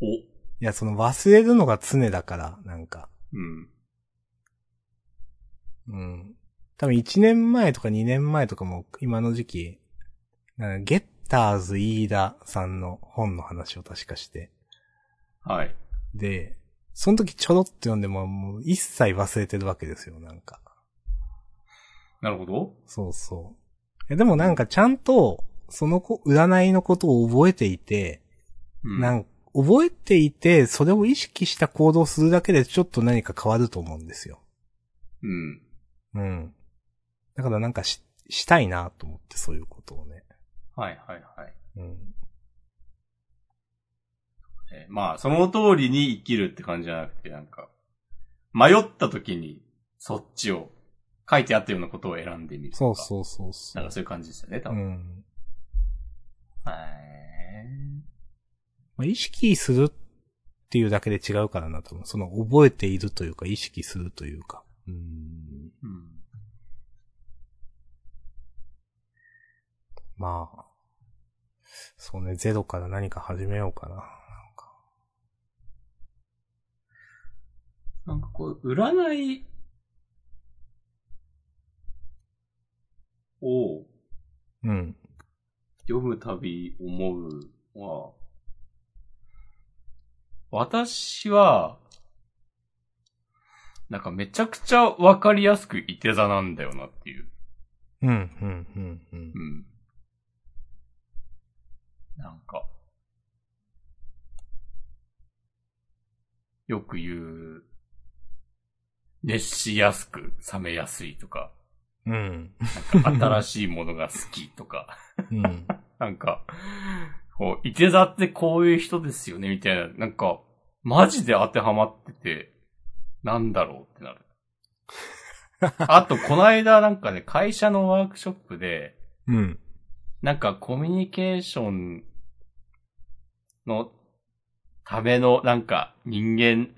[SPEAKER 1] お。
[SPEAKER 2] いや、その忘れるのが常だから、なんか。
[SPEAKER 1] うん。
[SPEAKER 2] うん。多分1年前とか2年前とかも、今の時期、なんかゲッターズ飯田さんの本の話を確かして。
[SPEAKER 1] はい。
[SPEAKER 2] で、その時ちょろっと読んでも、もう一切忘れてるわけですよ、なんか。
[SPEAKER 1] なるほど。
[SPEAKER 2] そうそう。えでもなんかちゃんと、その子、占いのことを覚えていて、
[SPEAKER 1] うん。
[SPEAKER 2] なん覚えていて、それを意識した行動をするだけでちょっと何か変わると思うんですよ。
[SPEAKER 1] うん。
[SPEAKER 2] うん。だからなんかし、したいなと思って、そういうことをね。
[SPEAKER 1] はいはいはい。
[SPEAKER 2] うん。
[SPEAKER 1] えーまあ、その通りに生きるって感じじゃなくて、なんか、迷った時に、そっちを、書いてあったようなことを選んでみるとか。
[SPEAKER 2] そうそうそうそ
[SPEAKER 1] なん
[SPEAKER 2] う
[SPEAKER 1] か。そういう感じですよね、多
[SPEAKER 2] う
[SPEAKER 1] 分。
[SPEAKER 2] ん。
[SPEAKER 1] へ
[SPEAKER 2] まあ、意識するっていうだけで違うからな、多分。その、覚えているというか、意識するというか。うん。
[SPEAKER 1] ーうん。
[SPEAKER 2] まあ。そうね、ゼロから何か始めようかな。
[SPEAKER 1] なんかこう、占いを
[SPEAKER 2] うん。
[SPEAKER 1] 読むたび思うのは、私は、なんかめちゃくちゃわかりやすくいて座なんだよなっていう。
[SPEAKER 2] うん、うん、うん、うん
[SPEAKER 1] う。ん。なんか、よく言う、熱しやすく冷めやすいとか、
[SPEAKER 2] うん。
[SPEAKER 1] なんか新しいものが好きとか、
[SPEAKER 2] うん。
[SPEAKER 1] なんか、こう、いて座ってこういう人ですよね、みたいな、なんか、マジで当てはまってて、なんだろうってなる。あと、この間なんかね、会社のワークショップで、
[SPEAKER 2] うん。
[SPEAKER 1] なんかコミュニケーションのためのなんか人間、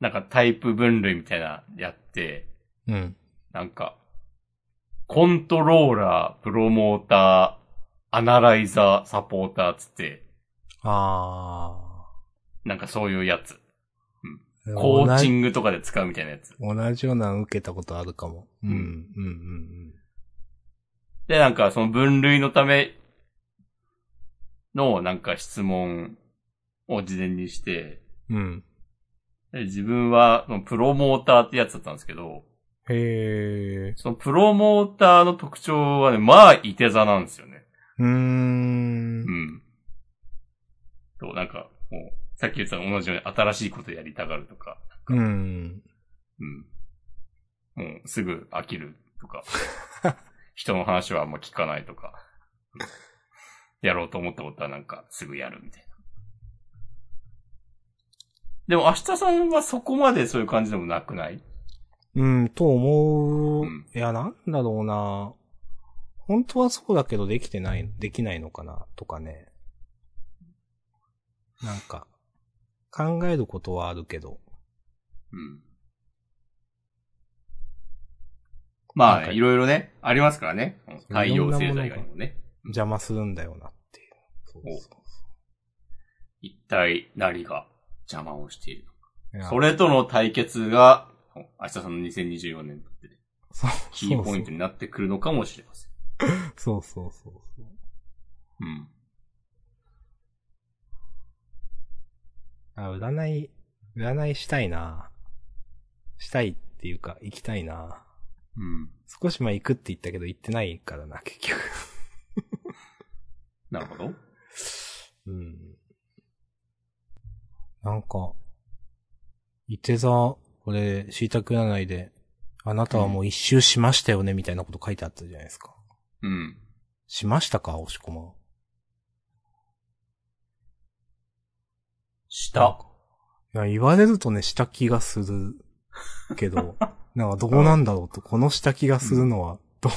[SPEAKER 1] なんかタイプ分類みたいなやって、
[SPEAKER 2] うん。
[SPEAKER 1] なんか、コントローラー、プロモーター、アナライザー、サポーターつって、
[SPEAKER 2] あ
[SPEAKER 1] なんかそういうやつ。
[SPEAKER 2] ー。
[SPEAKER 1] コーチ
[SPEAKER 2] グ。
[SPEAKER 1] ングとかで使うみたいなやつ。
[SPEAKER 2] 同じようなの受けたことあるかも。うん。
[SPEAKER 1] う
[SPEAKER 2] うんん。うん。
[SPEAKER 1] で、なんかその分類のためのなんか質問を事前にして、
[SPEAKER 2] うん。うん。
[SPEAKER 1] で自分は、そのプロモーターってやつだったんですけど、
[SPEAKER 2] へー。
[SPEAKER 1] そのプロモーターの特徴はね、まあ、いて座なんですよね。
[SPEAKER 2] うー。
[SPEAKER 1] うんん。と、なんか、もう、さっき言ったの同じように新しいことやりたがるとか、
[SPEAKER 2] うん。
[SPEAKER 1] うん。もう、すぐ飽きるとか、人の話はあんま聞かないとか、やろうと思ったことはなんか、すぐやるみたいな。でも、明日さんはそこまでそういう感じでもなくない
[SPEAKER 2] うん、と思う。
[SPEAKER 1] うん
[SPEAKER 2] いや、なんだろうな。本当はそうだけどできてない、できないのかな、とかね。なんか、考えることはあるけど。
[SPEAKER 1] うん。ま
[SPEAKER 2] なん
[SPEAKER 1] あ、
[SPEAKER 2] か
[SPEAKER 1] いろいろね、ありますからね。太陽星座以
[SPEAKER 2] いろんな
[SPEAKER 1] 外
[SPEAKER 2] も
[SPEAKER 1] にもね。
[SPEAKER 2] 邪魔するんだよなっていう。そうそう
[SPEAKER 1] 一体何が邪魔をしているのか。
[SPEAKER 2] いや
[SPEAKER 1] それとの対決が、明日さんの2024年にとってね
[SPEAKER 2] そう
[SPEAKER 1] キーポイントになってくるのかもしれません。
[SPEAKER 2] そうそうそうそ
[SPEAKER 1] う
[SPEAKER 2] う。
[SPEAKER 1] ん。
[SPEAKER 2] あ、占い、占いしたいな。したいっていうか、行きたいな。
[SPEAKER 1] うん。
[SPEAKER 2] 少し前行くって言ったけど行ってないからな、結局。
[SPEAKER 1] なるほど。
[SPEAKER 2] うん。なんか、いて座、これ、しいたく占いで、あなたはもう一周しましたよね、みたいなこと書いてあったじゃないですか。
[SPEAKER 1] うん。
[SPEAKER 2] しましたか、押し込まん。
[SPEAKER 1] した。
[SPEAKER 2] いや、言われるとね、した気がするけど、なんかどうなんだろうと、このした気がするのは、ど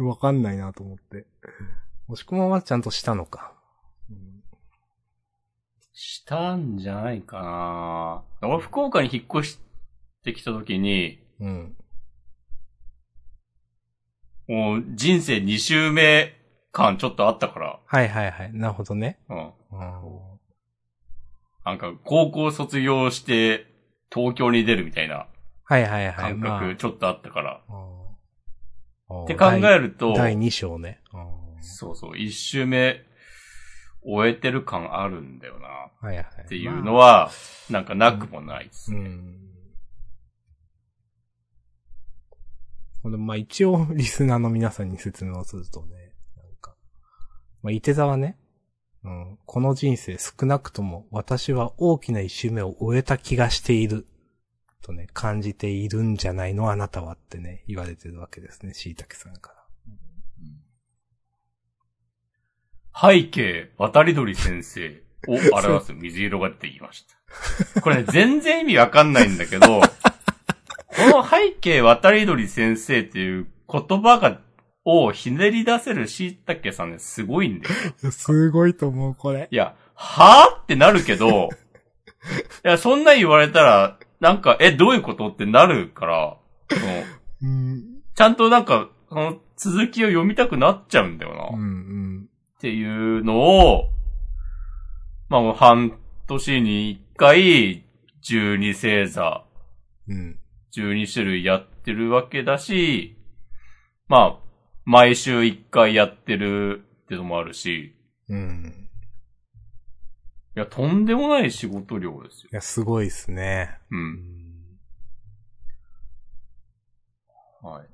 [SPEAKER 2] う、 わかんないなと思って。押し込まんはちゃんとしたのか。うん
[SPEAKER 1] したんじゃないかな俺、福岡に引っ越してきた時に、
[SPEAKER 2] うん。
[SPEAKER 1] もう人生2周目感ちょっとあったから、
[SPEAKER 2] はいはいはい。なるほどね。
[SPEAKER 1] うん。
[SPEAKER 2] うん
[SPEAKER 1] なんか、高校卒業して、東京に出るみたいな
[SPEAKER 2] はいはいはい。
[SPEAKER 1] 感
[SPEAKER 2] まあ
[SPEAKER 1] 覚、ちょっとあったから。
[SPEAKER 2] っ
[SPEAKER 1] って考えると、
[SPEAKER 2] 第2章ね。
[SPEAKER 1] そうそう、一周目、終えてる感あるんだよな、
[SPEAKER 2] はいはい。
[SPEAKER 1] っていうのは、なんかなくもないです
[SPEAKER 2] まあ。う
[SPEAKER 1] ね。
[SPEAKER 2] ん。これ、まあ一応、 リスナーの皆さんに説明をするとね、なんか、まあ、いて座はね、うん、この人生少なくとも私は大きな一周目を終えた気がしている。とね、感じているんじゃないのあなたはってね、言われてるわけですね、しいたけさんから。
[SPEAKER 1] 背景、渡り鳥先生を表す水色が出てきました。これね、全然意味わかんないんだけど、この背景、渡り鳥先生っていう言葉が、をひねり出せるしいたけさんね、すごいんだよ。
[SPEAKER 2] いや すごいと思う、これ。
[SPEAKER 1] いや、はぁってなるけど、いや、そんな言われたら、なんか、え、どういうことってなるから、その
[SPEAKER 2] うん。
[SPEAKER 1] ちゃんとなんか、その続きを読みたくなっちゃうんだよな。
[SPEAKER 2] うん、うん。
[SPEAKER 1] っていうのを、まあもう半年に一回、12星座、
[SPEAKER 2] うん。
[SPEAKER 1] 12種類やってるわけだし、まあ、毎週一回やってるってのもあるし、
[SPEAKER 2] うん。
[SPEAKER 1] いや、とんでもない仕事量ですよ。
[SPEAKER 2] いや、すごいですね。
[SPEAKER 1] う。
[SPEAKER 2] うんん。
[SPEAKER 1] はい。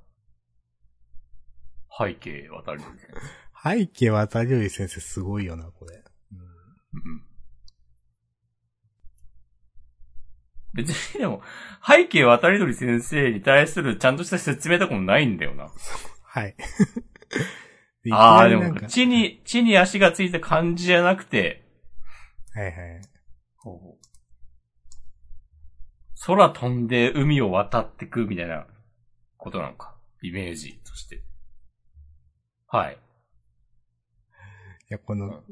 [SPEAKER 1] 背景渡り鳥先生。
[SPEAKER 2] 背景渡りより先生すごいよな、これ。
[SPEAKER 1] うん。別にでも、背景渡り鳥先生に対するちゃんとした説明とかもないんだよな。
[SPEAKER 2] はい。
[SPEAKER 1] ああ、
[SPEAKER 2] いき
[SPEAKER 1] で
[SPEAKER 2] なりなん
[SPEAKER 1] も、
[SPEAKER 2] か
[SPEAKER 1] 地に、地に足がついた感じじゃなくて、
[SPEAKER 2] はいはい。
[SPEAKER 1] 空飛んで海を渡ってくみたいなことなのか。イメージとして。はい。
[SPEAKER 2] いや、こ
[SPEAKER 1] う
[SPEAKER 2] の、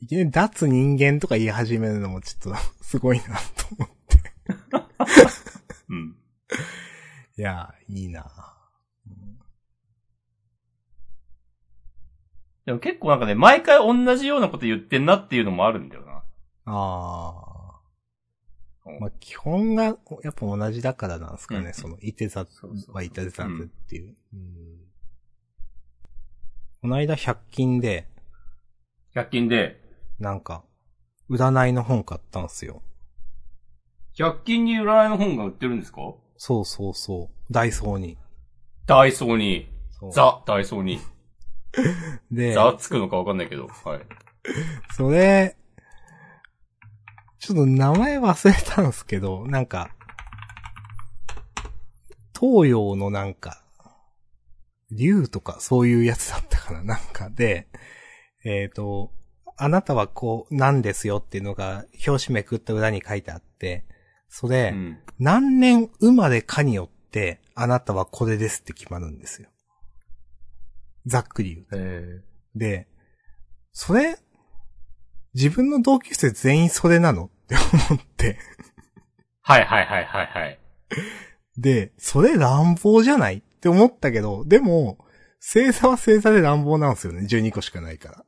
[SPEAKER 2] いきなり脱人間とか言い始めるのもちょっと すごいなと思う。
[SPEAKER 1] うん。
[SPEAKER 2] いや、いいな
[SPEAKER 1] でも結構なんかね、毎回同じようなこと言ってんなっていうのもあるんだよな。
[SPEAKER 2] ああ
[SPEAKER 1] うん。
[SPEAKER 2] まあ、基本がやっぱ同じだからなんですかね。
[SPEAKER 1] うん
[SPEAKER 2] その、いて座
[SPEAKER 1] そうそう
[SPEAKER 2] はイて座っていう。うんこの間100均で、
[SPEAKER 1] 100均で、
[SPEAKER 2] なんか、占いの本買ったんすよ。
[SPEAKER 1] 100均に占いの本が売ってるんですか
[SPEAKER 2] そうそうそう。ダイソーに。
[SPEAKER 1] ダイソーに。
[SPEAKER 2] そう
[SPEAKER 1] ザ、ダイソーに。
[SPEAKER 2] で、
[SPEAKER 1] ザつくのかわかんないけど。はい。
[SPEAKER 2] それ、ちょっと名前忘れたんですけど、なんか、東洋のなんか、竜とかそういうやつだったかな、なんかで、えっ、と、あなたはこう、なんですよっていうのが、表紙めくった裏に書いてあって、それ、
[SPEAKER 1] うん。
[SPEAKER 2] 何年生まれかによって、あなたはこれですって決まるんですよ。ざっくり言うと。
[SPEAKER 1] え
[SPEAKER 2] で、それ、自分の同級生全員それなの って思って。
[SPEAKER 1] はいはいはいはいはい。
[SPEAKER 2] で、それ乱暴じゃないって思ったけど、でも、星座は星座で乱暴なんですよね。12個しかないから。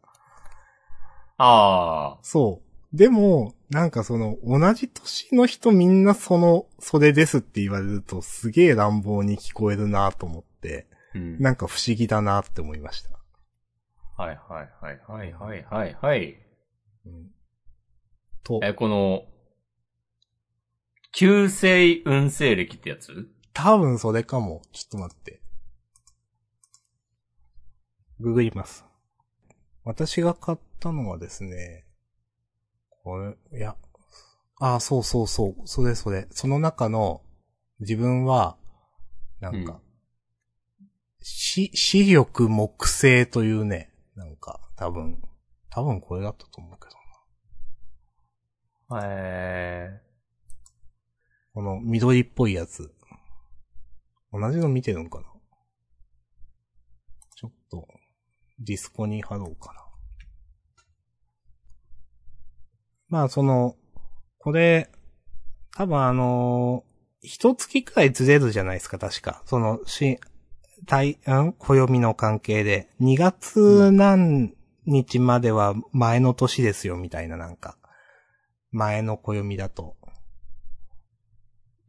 [SPEAKER 1] ああ。
[SPEAKER 2] そう。でも、なんかその、同じ年の人みんなその、それですって言われると、すげえ乱暴に聞こえるなと思って、
[SPEAKER 1] うん。
[SPEAKER 2] なんか不思議だなって思いました。
[SPEAKER 1] はいはいはいはいはいはいはい。
[SPEAKER 2] うん、と、
[SPEAKER 1] え、この、旧星運星歴ってやつ
[SPEAKER 2] 多分それかも。ちょっと待って。ググります。私が買ったのはですね、これ、いや、ああ、そうそうそう、それそれ。その中の、自分は、なん
[SPEAKER 1] うん
[SPEAKER 2] か、し、視力木星というね、なんか、多分、多分これだったと思うけど。
[SPEAKER 1] え
[SPEAKER 2] この緑っぽいやつ。同じの見てるんかなちょっと、ディスコに貼ろうかな。まあ、その、これ、多分あのー、一月くらいずれるじゃないですか、確か。その、し、体、うん暦の関係で。2月何日までは前の年ですよ、みたいな、なんか。前の暦だと。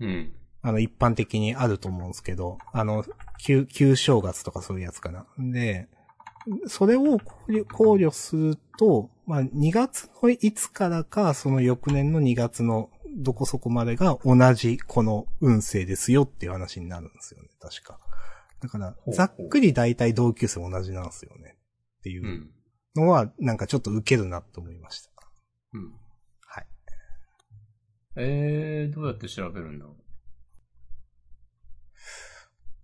[SPEAKER 1] ー。うん。
[SPEAKER 2] あの、一般的にあると思うんですけど、あの、旧、旧正月とかそういうやつかな。で、それを考慮考慮すると、まあ、2月のいつからか、その翌年の2月のどこそこまでが同じこの運勢ですよっていう話になるんですよね、確か。だから、
[SPEAKER 1] ほう。
[SPEAKER 2] ざっくり大体同級生同じなんですよね。っていううんのは、なんかちょっと受けるなと思いました。
[SPEAKER 1] うん。
[SPEAKER 2] はい。
[SPEAKER 1] えー、どうやって調べるんだろう。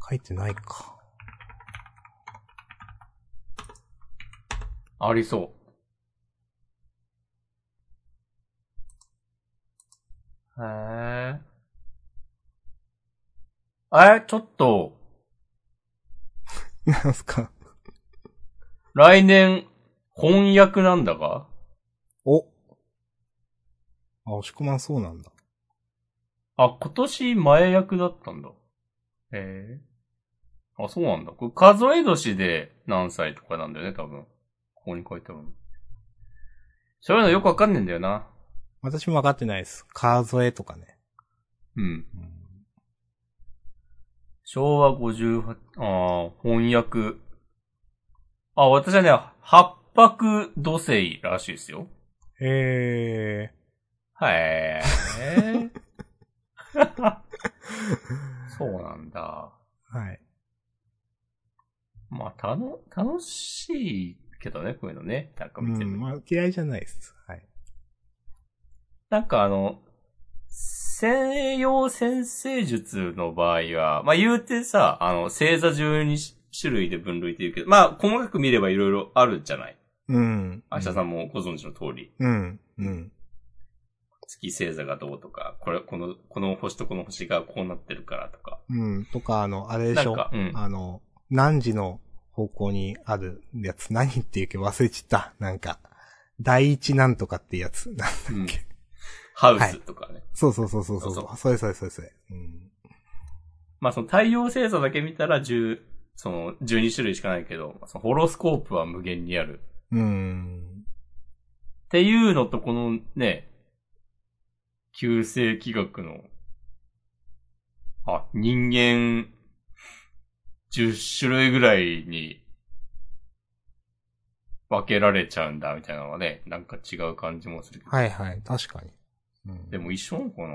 [SPEAKER 2] 書いてないか。
[SPEAKER 1] ありそう。へえ。あれ、ちょっと、
[SPEAKER 2] なんすか。
[SPEAKER 1] 来年、翻訳なんだが
[SPEAKER 2] お。あ、押し込まんそうなんだ。
[SPEAKER 1] あ、今年前役だったんだ。へえ。あ、そうなんだ。これ数え年で何歳とかなんだよね、多分。ここに書いてあるの。そういうのよくわかんねえんだよな。
[SPEAKER 2] 私も分かってないです。カーゾエとかね。
[SPEAKER 1] うん。昭和58、ああ、翻訳。あ、私はね、八白土星らしいですよ。へ
[SPEAKER 2] え
[SPEAKER 1] え。 そうなんだ。
[SPEAKER 2] ー。はい。
[SPEAKER 1] まあ、たの、楽しいけどね、こういうのね。なんか見てる。
[SPEAKER 2] うん、まあ、嫌いじゃないです。はい。
[SPEAKER 1] なんかあの、専用先生術の場合は、まあ、言うてさ、あの、星座12種類で分類って言うけど、まあ、細かく見ればいろいろあるじゃない
[SPEAKER 2] うん。
[SPEAKER 1] 明日さんもご存知の通り、
[SPEAKER 2] うん。うん。
[SPEAKER 1] 月星座がどうとか、これ、この、この星とこの星がこうなってるからとか。
[SPEAKER 2] うん。とか、あの、あれでしょ
[SPEAKER 1] なんかうん
[SPEAKER 2] あの、何時の方向にあるやつ、何っていうけ忘れちった。なんか、第一なんとかってやつ。 なんだっけ。
[SPEAKER 1] ハウスとかね。
[SPEAKER 2] そうそうそうそうそう。
[SPEAKER 1] そうそ
[SPEAKER 2] それそれそれそれ。うん。
[SPEAKER 1] まあ、その太陽星座だけ見たら10、その12種類しかないけど、そのホロスコープは無限にある。
[SPEAKER 2] うん。
[SPEAKER 1] っていうのと、このね、旧世紀学の、あ、人間、10種類ぐらいに、分けられちゃうんだ、みたいなのはね、なんか違う感じもするけど。
[SPEAKER 2] はいはい。確かに。うん、
[SPEAKER 1] でも一緒なのかな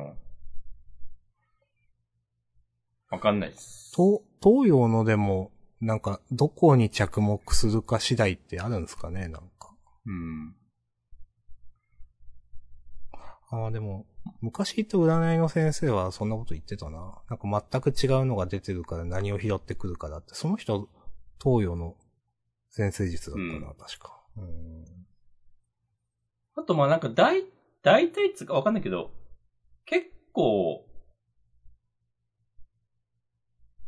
[SPEAKER 1] わかんないです。
[SPEAKER 2] 東、東洋のでも、なんか、どこに着目するか次第ってあるんですかね、なんか。
[SPEAKER 1] うん。
[SPEAKER 2] ああ、でも、昔言った占いの先生はそんなこと言ってたな。なんか全く違うのが出てるから何を拾ってくるかだって。その人、東洋の先生術だったな、
[SPEAKER 1] う
[SPEAKER 2] 確か。うん。
[SPEAKER 1] あと、まあなんか大、大体っつうかわかんないけど、結構、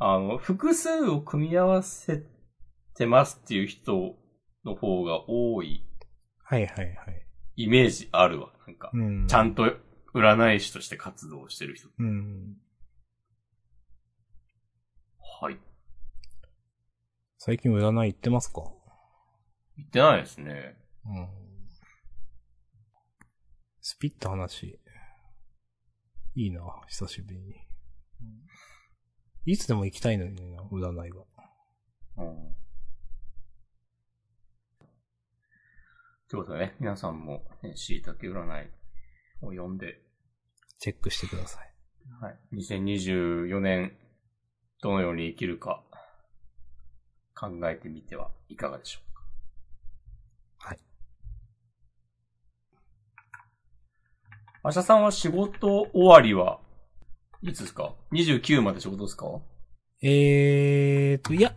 [SPEAKER 1] あの、複数を組み合わせてますっていう人の方が多い
[SPEAKER 2] はいはいはい。
[SPEAKER 1] イメージあるわ。なんか、
[SPEAKER 2] うん。
[SPEAKER 1] ちゃんと占い師として活動してる人。
[SPEAKER 2] うん。
[SPEAKER 1] はい。
[SPEAKER 2] 最近占い行ってますか
[SPEAKER 1] 言ってないですね。
[SPEAKER 2] うん。スピット話。いいな、久しぶりに。いつでも行きたいのにな、占いは。
[SPEAKER 1] うん。ということでね、皆さんも、ね、椎茸占いを読んで
[SPEAKER 2] チェックしてください。
[SPEAKER 1] はい。2024年、どのように生きるか、考えてみてはいかがでしょうか。
[SPEAKER 2] はい。
[SPEAKER 1] 明日さんは仕事終わりは、いつですか ?29 まで仕事ですか
[SPEAKER 2] えーと、いや、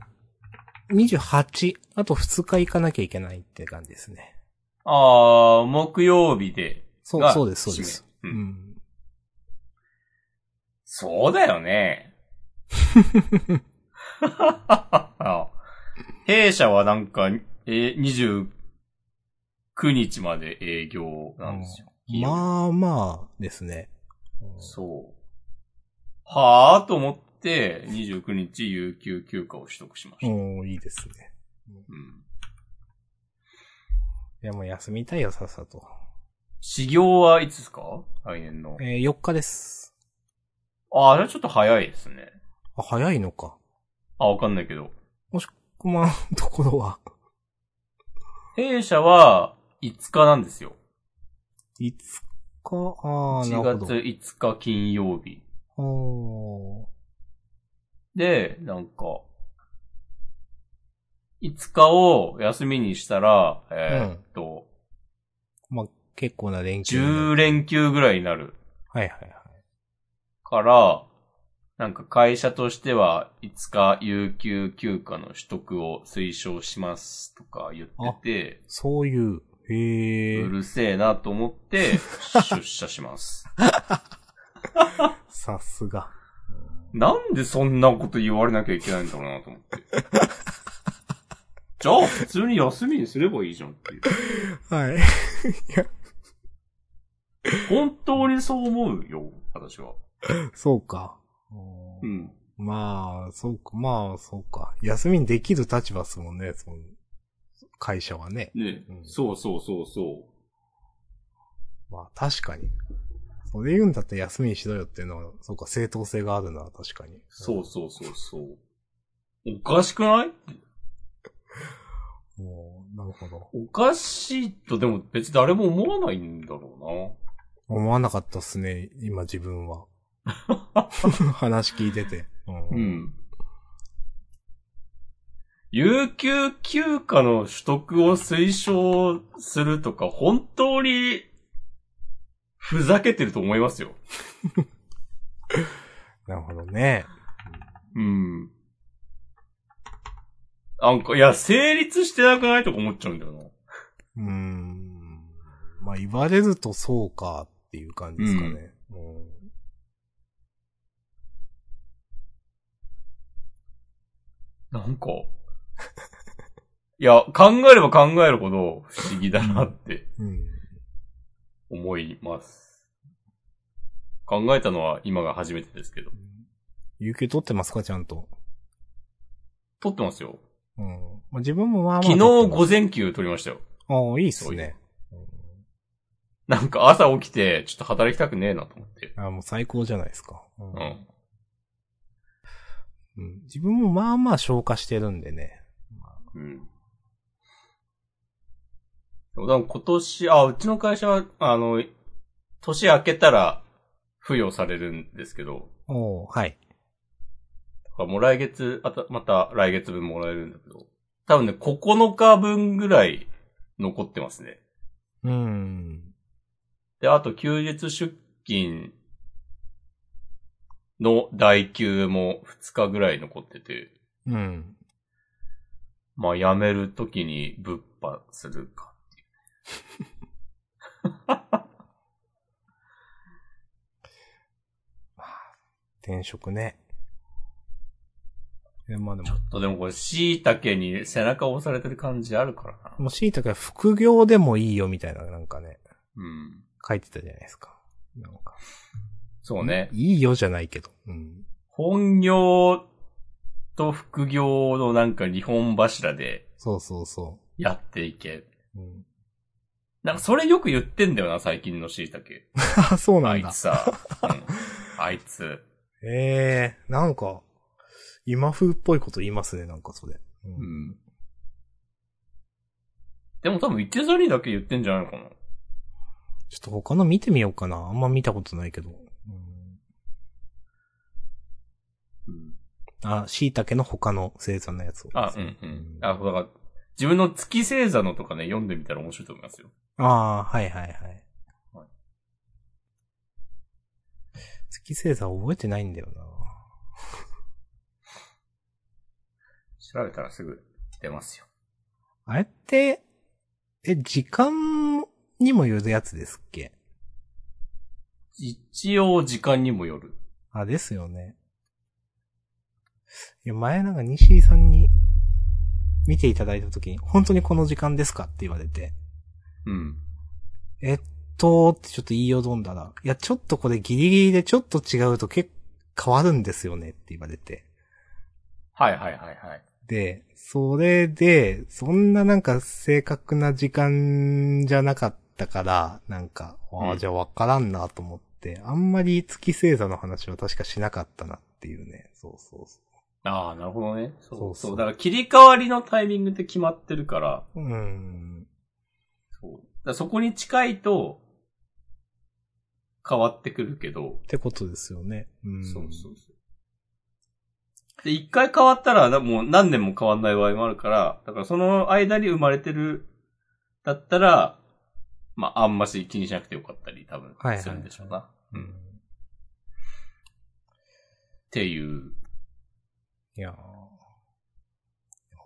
[SPEAKER 2] 28、あと2日行かなきゃいけないって感じですね。
[SPEAKER 1] あー、木曜日で。
[SPEAKER 2] そう、
[SPEAKER 1] が
[SPEAKER 2] そうです、そうです。
[SPEAKER 1] 締
[SPEAKER 2] う
[SPEAKER 1] めうん
[SPEAKER 2] ん。
[SPEAKER 1] そうだよ ね。弊社はなんか、えー、29日まで営業なんですよ。
[SPEAKER 2] まあまあですね。
[SPEAKER 1] そう。はぁと思って、29日有給休暇を取得しました。
[SPEAKER 2] うん、いいですね。
[SPEAKER 1] うん。
[SPEAKER 2] いや、もう休みたいよ、さっさと。
[SPEAKER 1] 始業はいつですか来年の。
[SPEAKER 2] えー、4日です。
[SPEAKER 1] ああ、じゃあちょっと早いですね。
[SPEAKER 2] あ、早いのか。
[SPEAKER 1] あ、わかんないけど。
[SPEAKER 2] こまん ところは、
[SPEAKER 1] 弊社は5日なんですよ。
[SPEAKER 2] 5日、ああ、な
[SPEAKER 1] 1
[SPEAKER 2] るほ
[SPEAKER 1] 月5日金曜日。
[SPEAKER 2] ど。
[SPEAKER 1] で、なんか、5日を休みにしたら、えーっと、
[SPEAKER 2] あーまあ、結構な連休になる。
[SPEAKER 1] 10連休ぐらいになる。
[SPEAKER 2] はいはいはい。
[SPEAKER 1] から、なんか会社としては5日有給休暇の取得を推奨しますとか言って
[SPEAKER 2] そういう、
[SPEAKER 1] て、
[SPEAKER 2] へえ
[SPEAKER 1] う。るせえなと思って出社します。
[SPEAKER 2] さすが。
[SPEAKER 1] なんでそんなこと言われなきゃいけないんだろうなと思って。じゃあ普通に休みにすればいいじゃんっていう。
[SPEAKER 2] はい。
[SPEAKER 1] 本当にそう思うよ、私は。
[SPEAKER 2] そうか。
[SPEAKER 1] うん。
[SPEAKER 2] まあ、そうか、まあ、そうか。休みにできる立場ですもんね、その、会社はね。
[SPEAKER 1] ね、
[SPEAKER 2] うん
[SPEAKER 1] そうそうそうそう。
[SPEAKER 2] まあ、確かに。それ言うんだったら休みにしろよっていうのは、そうか、正当性があるな、確かに。
[SPEAKER 1] そうそうそうそう。おかしくない
[SPEAKER 2] うん。もうなるほど。
[SPEAKER 1] おかしいとでも別に誰も思わないんだろ
[SPEAKER 2] 思わなかったっすね、今自分は。 話聞いてて。
[SPEAKER 1] うな。。有給休暇の取得を推奨するとか、本当に、ふざけてると思いますよ。
[SPEAKER 2] なるほどね。
[SPEAKER 1] うん。なんか、いや、成立してなくないとか思っちゃうんだよな。
[SPEAKER 2] うーん。まあ、言われるとそうかっていう感じですかね。うん
[SPEAKER 1] なんか、いや、考えれば考えるほど不思議だなって
[SPEAKER 2] うん。
[SPEAKER 1] 思います。考えたのは今が初めてですけど。
[SPEAKER 2] 有給取ってますか、ちゃんと。
[SPEAKER 1] 撮ってますよ。
[SPEAKER 2] うん。まあ、自分もまあまあ。
[SPEAKER 1] 昨日午前休撮りましたよ。
[SPEAKER 2] ああ、いいっすね。
[SPEAKER 1] なんか朝起きて、ちょっと働きたくねえなと思って。
[SPEAKER 2] ああ、もう最高じゃないですか。う
[SPEAKER 1] う。ん。
[SPEAKER 2] うん自分もまあまあ消化してるんでね。
[SPEAKER 1] うん。でも今年、あ、うちの会社は、あの、年明けたら付与されるんですけど、
[SPEAKER 2] おおはい。
[SPEAKER 1] だからもう来月、あた、また来月分もらえるんだけど、多分ね、9日分ぐらい残ってますね。
[SPEAKER 2] うーん。
[SPEAKER 1] で、あと休日出勤の代休も2日ぐらい残ってて、
[SPEAKER 2] うん。
[SPEAKER 1] まあ辞めるときにぶっ破するか
[SPEAKER 2] 転職ね。え、まあで
[SPEAKER 1] ちょ
[SPEAKER 2] も、
[SPEAKER 1] っとでもこれ、椎茸に背中を押されてる感じあるからな。
[SPEAKER 2] もう椎茸は副業でもいいよみたいな、なんかね、
[SPEAKER 1] うん。
[SPEAKER 2] 書いてたじゃないですか。なんか。
[SPEAKER 1] そうね。
[SPEAKER 2] いいよじゃないけど。うん。
[SPEAKER 1] 本業と副業のなんか日本柱で
[SPEAKER 2] そうそうそ
[SPEAKER 1] やっていけ。
[SPEAKER 2] う。うん、
[SPEAKER 1] なんかそれよく言ってんだよな、最近の椎茸。
[SPEAKER 2] あ、そうな
[SPEAKER 1] あ
[SPEAKER 2] ん
[SPEAKER 1] い
[SPEAKER 2] だ
[SPEAKER 1] つ。さ。うんあいつ。
[SPEAKER 2] ええなんか、今風っぽいこと言いますね、なんかそれ。う、
[SPEAKER 1] うんん。でも多分、池崎だけ言ってんじゃないのかな。
[SPEAKER 2] ちょっと他の見てみようかな。あんま見たことないけど。うん、あ、椎茸の他の生産のやつを。
[SPEAKER 1] あ、うんうん。あ、だから、自分の月星座のとかね、読んでみたら面白いと思いますよ。
[SPEAKER 2] ああ、はいはいはい
[SPEAKER 1] はい。
[SPEAKER 2] 月星座覚えてないんだよな。
[SPEAKER 1] 調べたらすぐ出ますよ。
[SPEAKER 2] あれって、え、時間にもよるやつですっけ
[SPEAKER 1] 一応、時間にもよる。
[SPEAKER 2] あ、ですよね。いや、前なんか西井さんに見ていただいたときに、本当にこの時間ですかって言われて、
[SPEAKER 1] うん。
[SPEAKER 2] えっと、ってちょっと言いよどんだら、いや、ちょっとこれギリギリでちょっと違うと結構変わるんですよねって言われて。
[SPEAKER 1] はいはいはいはい。
[SPEAKER 2] で、それで、そんななんか正確な時間じゃなかったから、なんか、あ
[SPEAKER 1] う
[SPEAKER 2] あ、
[SPEAKER 1] ん
[SPEAKER 2] じゃあわからんなと思って、あんまり月星座の話は確かしなかったなっていうね。そうそうそ
[SPEAKER 1] ああ、なるほどね。そう
[SPEAKER 2] そ
[SPEAKER 1] そうう
[SPEAKER 2] そう
[SPEAKER 1] だから切り替わりのタイミングって決まってるから、
[SPEAKER 2] う。うーん。
[SPEAKER 1] そうだからそこに近いと、変わってくるけど、
[SPEAKER 2] ってことですよね。うん。
[SPEAKER 1] そうそうそう。で、一回変わったら、なもう何年も変わんない場合もあるから、だからその間に生まれてる、だったら、まあ、あんまし気にしなくてよかったり、多分
[SPEAKER 2] はいはい、
[SPEAKER 1] するんでしょうな。
[SPEAKER 2] う
[SPEAKER 1] うんん。っていう。
[SPEAKER 2] いやー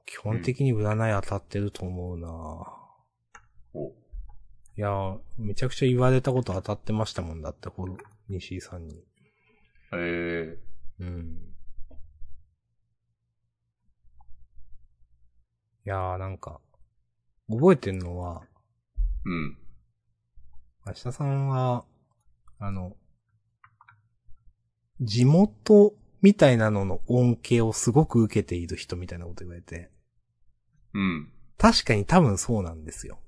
[SPEAKER 2] 基本的に占い当たってると思うな、
[SPEAKER 1] お
[SPEAKER 2] いやーめちゃくちゃ言われたこと当たってましたもんだって、ほら、西井さんに。
[SPEAKER 1] え
[SPEAKER 2] うん。いやーなんか、覚えてんのは、
[SPEAKER 1] ー、うん。
[SPEAKER 2] 明日さんは、あの、地元みたいなのの恩恵をすごく受けている人みたいなこと言われて、
[SPEAKER 1] うん。
[SPEAKER 2] 確かに多分そうなんですよ。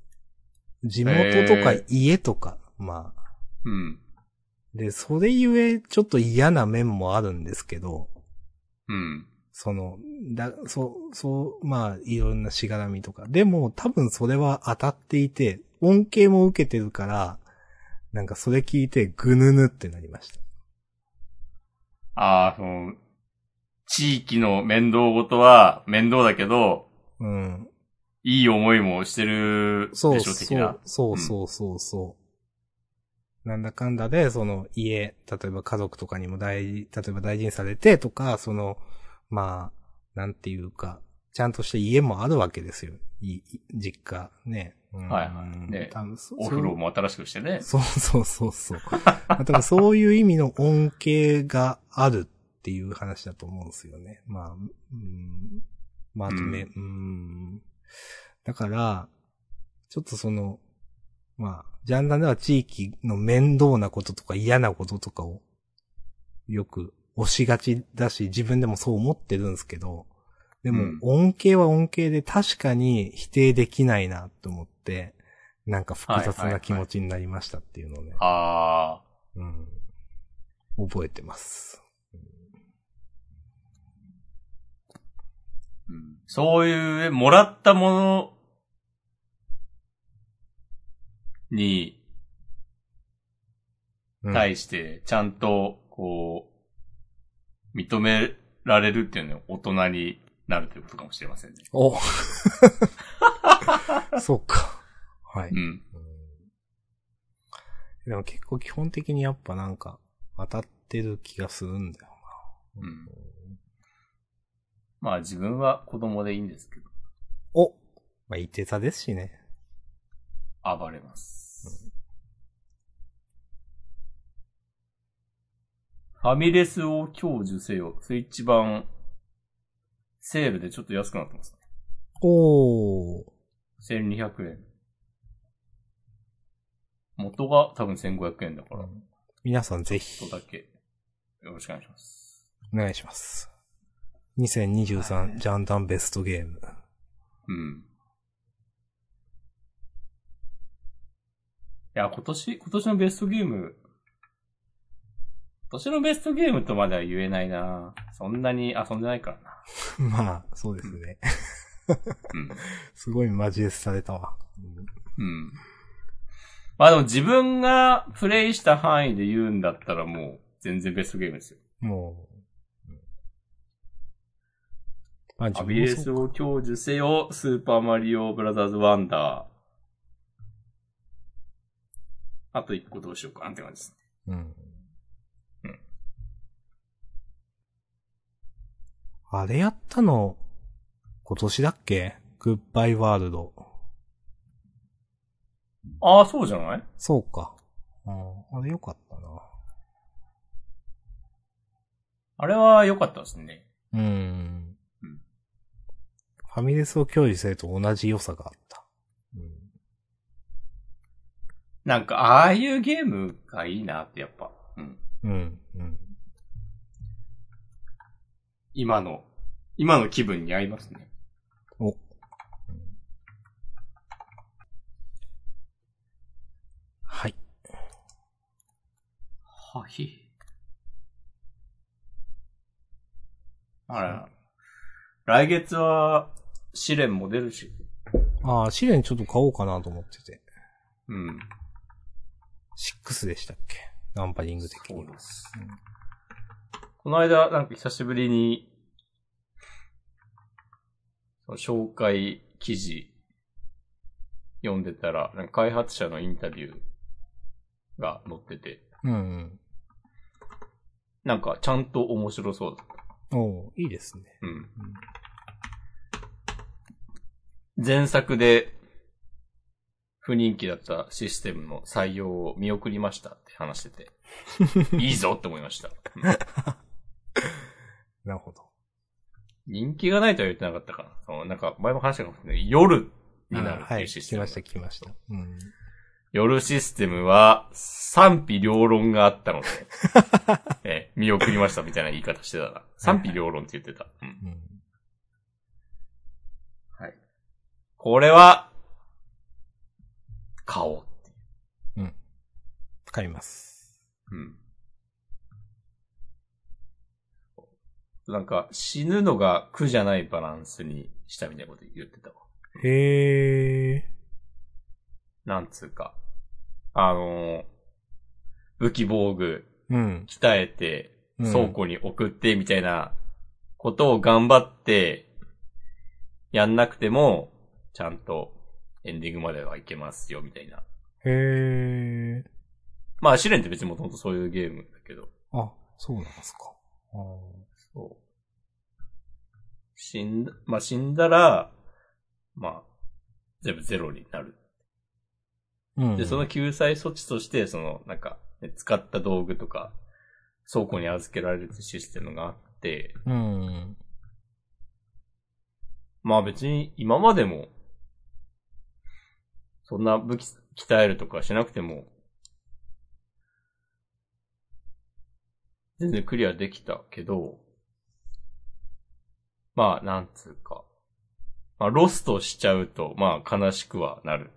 [SPEAKER 2] 地元とか
[SPEAKER 1] へー
[SPEAKER 2] 家とか、まあ。
[SPEAKER 1] うん。
[SPEAKER 2] で、それゆえちょっと嫌な面もあるんですけど、
[SPEAKER 1] うん。
[SPEAKER 2] その、だ、そう、そう、まあ、いろんなしがらみとか。でも、多分それは当たっていて、恩恵も受けてるから、なんかそれ聞いて、ぐぬぬってなりました。
[SPEAKER 1] ああ、その、地域の面倒ごとは面倒だけど、
[SPEAKER 2] うん。
[SPEAKER 1] いい思いもしてるでし
[SPEAKER 2] そ
[SPEAKER 1] ょ、
[SPEAKER 2] う
[SPEAKER 1] 的
[SPEAKER 2] そ
[SPEAKER 1] な
[SPEAKER 2] う。、そうそうそうそう。なんだかんだで、その家、例えば家族とかにも大、例えば大事にされてとか、その、まあ、なんていうか、ちゃんとした家もあるわけですよ。いい実家、ね。うん
[SPEAKER 1] はいはいね
[SPEAKER 2] 多分そ
[SPEAKER 1] お風呂も新しくしてね。
[SPEAKER 2] そうそうそうそう。だからそういう意味の恩恵があるっていう話だと思うんですよね。まあ、うん。まあ、あとね、うん。だから、ちょっとその、まあ、ジャンダンでは地域の面倒なこととか嫌なこととかをよく押しがちだし、自分でもそう思ってるんですけど、でも
[SPEAKER 1] うん
[SPEAKER 2] 恩恵は恩恵で確かに否定できないなと思って、なんか複雑な気持ちになりましたっていうのをね、
[SPEAKER 1] ああ。
[SPEAKER 2] うん、覚えてます。
[SPEAKER 1] うんそういう、もらったものに
[SPEAKER 2] うん、
[SPEAKER 1] 対して、ちゃんと、こう、認められるっていうのは大人になるということかもしれませんね。
[SPEAKER 2] お そうか。はい。
[SPEAKER 1] うん。
[SPEAKER 2] うんでも結構基本的にやっぱなんか当たってる気がするんだよな。
[SPEAKER 1] うんまあ自分は子供でいいんですけど、
[SPEAKER 2] おまあ、いてたですしね。
[SPEAKER 1] 暴れます。ファミレスを享受せよ。スイッチ版、セールでちょっと安くなってますね。
[SPEAKER 2] おー。
[SPEAKER 1] 1200円。元が多分1500円だから、
[SPEAKER 2] 皆さんぜ
[SPEAKER 1] ちょ
[SPEAKER 2] ひ
[SPEAKER 1] っ、とだけ。よろしくお願いします。
[SPEAKER 2] お願いします。
[SPEAKER 1] は
[SPEAKER 2] 2023、
[SPEAKER 1] い
[SPEAKER 2] ジャンダンベストゲーム。
[SPEAKER 1] うん。いや、今年、今年のベストゲーム、今年のベストゲームとまでは言えないなそんなに遊んでないからな。
[SPEAKER 2] まあ、そうですね。 すごいマジレスされたわ。
[SPEAKER 1] うん。うん。まあでも自分がプレイした範囲で言うんだったらもう全然ベストゲームですよ。
[SPEAKER 2] うんもう。ま
[SPEAKER 1] ア
[SPEAKER 2] あ、自
[SPEAKER 1] ビレ
[SPEAKER 2] 分も
[SPEAKER 1] ス
[SPEAKER 2] そう
[SPEAKER 1] を享受せよ、スーパーマリオブラザーズワンダー。あと一個どうしようかなって感じです。
[SPEAKER 2] うん
[SPEAKER 1] うん。
[SPEAKER 2] あれやったの、今年だっけグッバイワールド。
[SPEAKER 1] ああ、そうじゃない
[SPEAKER 2] そうか。うん、あれよかったな。
[SPEAKER 1] あれは良かったですね。
[SPEAKER 2] うん。
[SPEAKER 1] うん
[SPEAKER 2] ファミレスを享受すると同じ良さがあった。
[SPEAKER 1] なんか、ああいうゲームがいいなってやっぱ、うん。
[SPEAKER 2] うん。うん。うん。
[SPEAKER 1] 今の、今の気分に合いますね。
[SPEAKER 2] お。はい。
[SPEAKER 1] はい。あら、来月は試練も出るし、
[SPEAKER 2] ああ、試練ちょっと買おうかなと思ってて。
[SPEAKER 1] うん。
[SPEAKER 2] 6でしたっけナンパリング的には。
[SPEAKER 1] す。この間、なんか久しぶりに、その紹介記事読んでたら、なんか開発者のインタビューが載ってて、
[SPEAKER 2] うん
[SPEAKER 1] なんかちゃんと面白そうだった。
[SPEAKER 2] うん。おういいですね。
[SPEAKER 1] うん。前作で不人気だったシステムの採用を見送りましたって話してて、いいぞって思いました。うん
[SPEAKER 2] なるほど。
[SPEAKER 1] 人気がないとは言ってなかったかな。そのなんか前も話したかもしれない。夜になるっ
[SPEAKER 2] は
[SPEAKER 1] てい
[SPEAKER 2] い、
[SPEAKER 1] うシス
[SPEAKER 2] 来
[SPEAKER 1] テム。
[SPEAKER 2] ました、来ました。うん。
[SPEAKER 1] 夜システムは賛否両論があった ので、え見送りましたみたいな言い方してたな。賛否両論って言ってた。うん
[SPEAKER 2] うん。
[SPEAKER 1] これは、買おう。
[SPEAKER 2] 買います。
[SPEAKER 1] うん。なんか、死ぬのが苦じゃないバランスにしたみたいなこと言ってたわ。
[SPEAKER 2] へえ。
[SPEAKER 1] なんつうか。あのー武器防具、
[SPEAKER 2] うん。
[SPEAKER 1] 鍛えて、
[SPEAKER 2] うん
[SPEAKER 1] 倉庫に送って、みたいなことを頑張って、やんなくても、ちゃんとエンディングまではいけますよ、みたいな。
[SPEAKER 2] へえ。
[SPEAKER 1] まあ、試練って別にもともとそういうゲームだけど。
[SPEAKER 2] あ、そうなんですか。あー
[SPEAKER 1] そう。死んだ、まあ、死んだら、まあ、全部ゼロになる。
[SPEAKER 2] うん
[SPEAKER 1] で、その救済措置として、その、なんか、ね使った道具とか、倉庫に預けられるシステムがあって、
[SPEAKER 2] うん。
[SPEAKER 1] まあ別に今までも、そんな武器鍛えるとかしなくても、全然クリアできたけど、まあなんつうか、まあロストしちゃうと、まあ悲しくはなる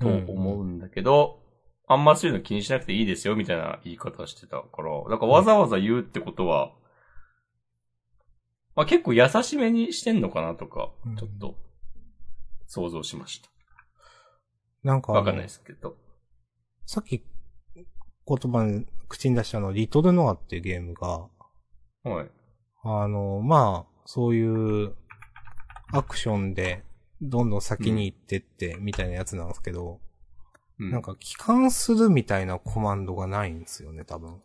[SPEAKER 1] と思うんだけど、あんまそういうの気にしなくていいですよ、みたいな言い方してたから、なんかわざわざ言うってことは、まあ結構優しめにしてんのかなとか
[SPEAKER 2] うん、
[SPEAKER 1] ちょっと、想像しました。
[SPEAKER 2] なんかあの
[SPEAKER 1] わかんないですけど。
[SPEAKER 2] さっき、言葉に口に出したあの、リトルノアっていうゲームが、
[SPEAKER 1] はい。
[SPEAKER 2] あの、まあ、そういう、アクションで、どんどん先に行ってって、みたいなやつなんですけど、
[SPEAKER 1] うん
[SPEAKER 2] なん、か、帰還するみたいなコマンドがないんですよね、多分。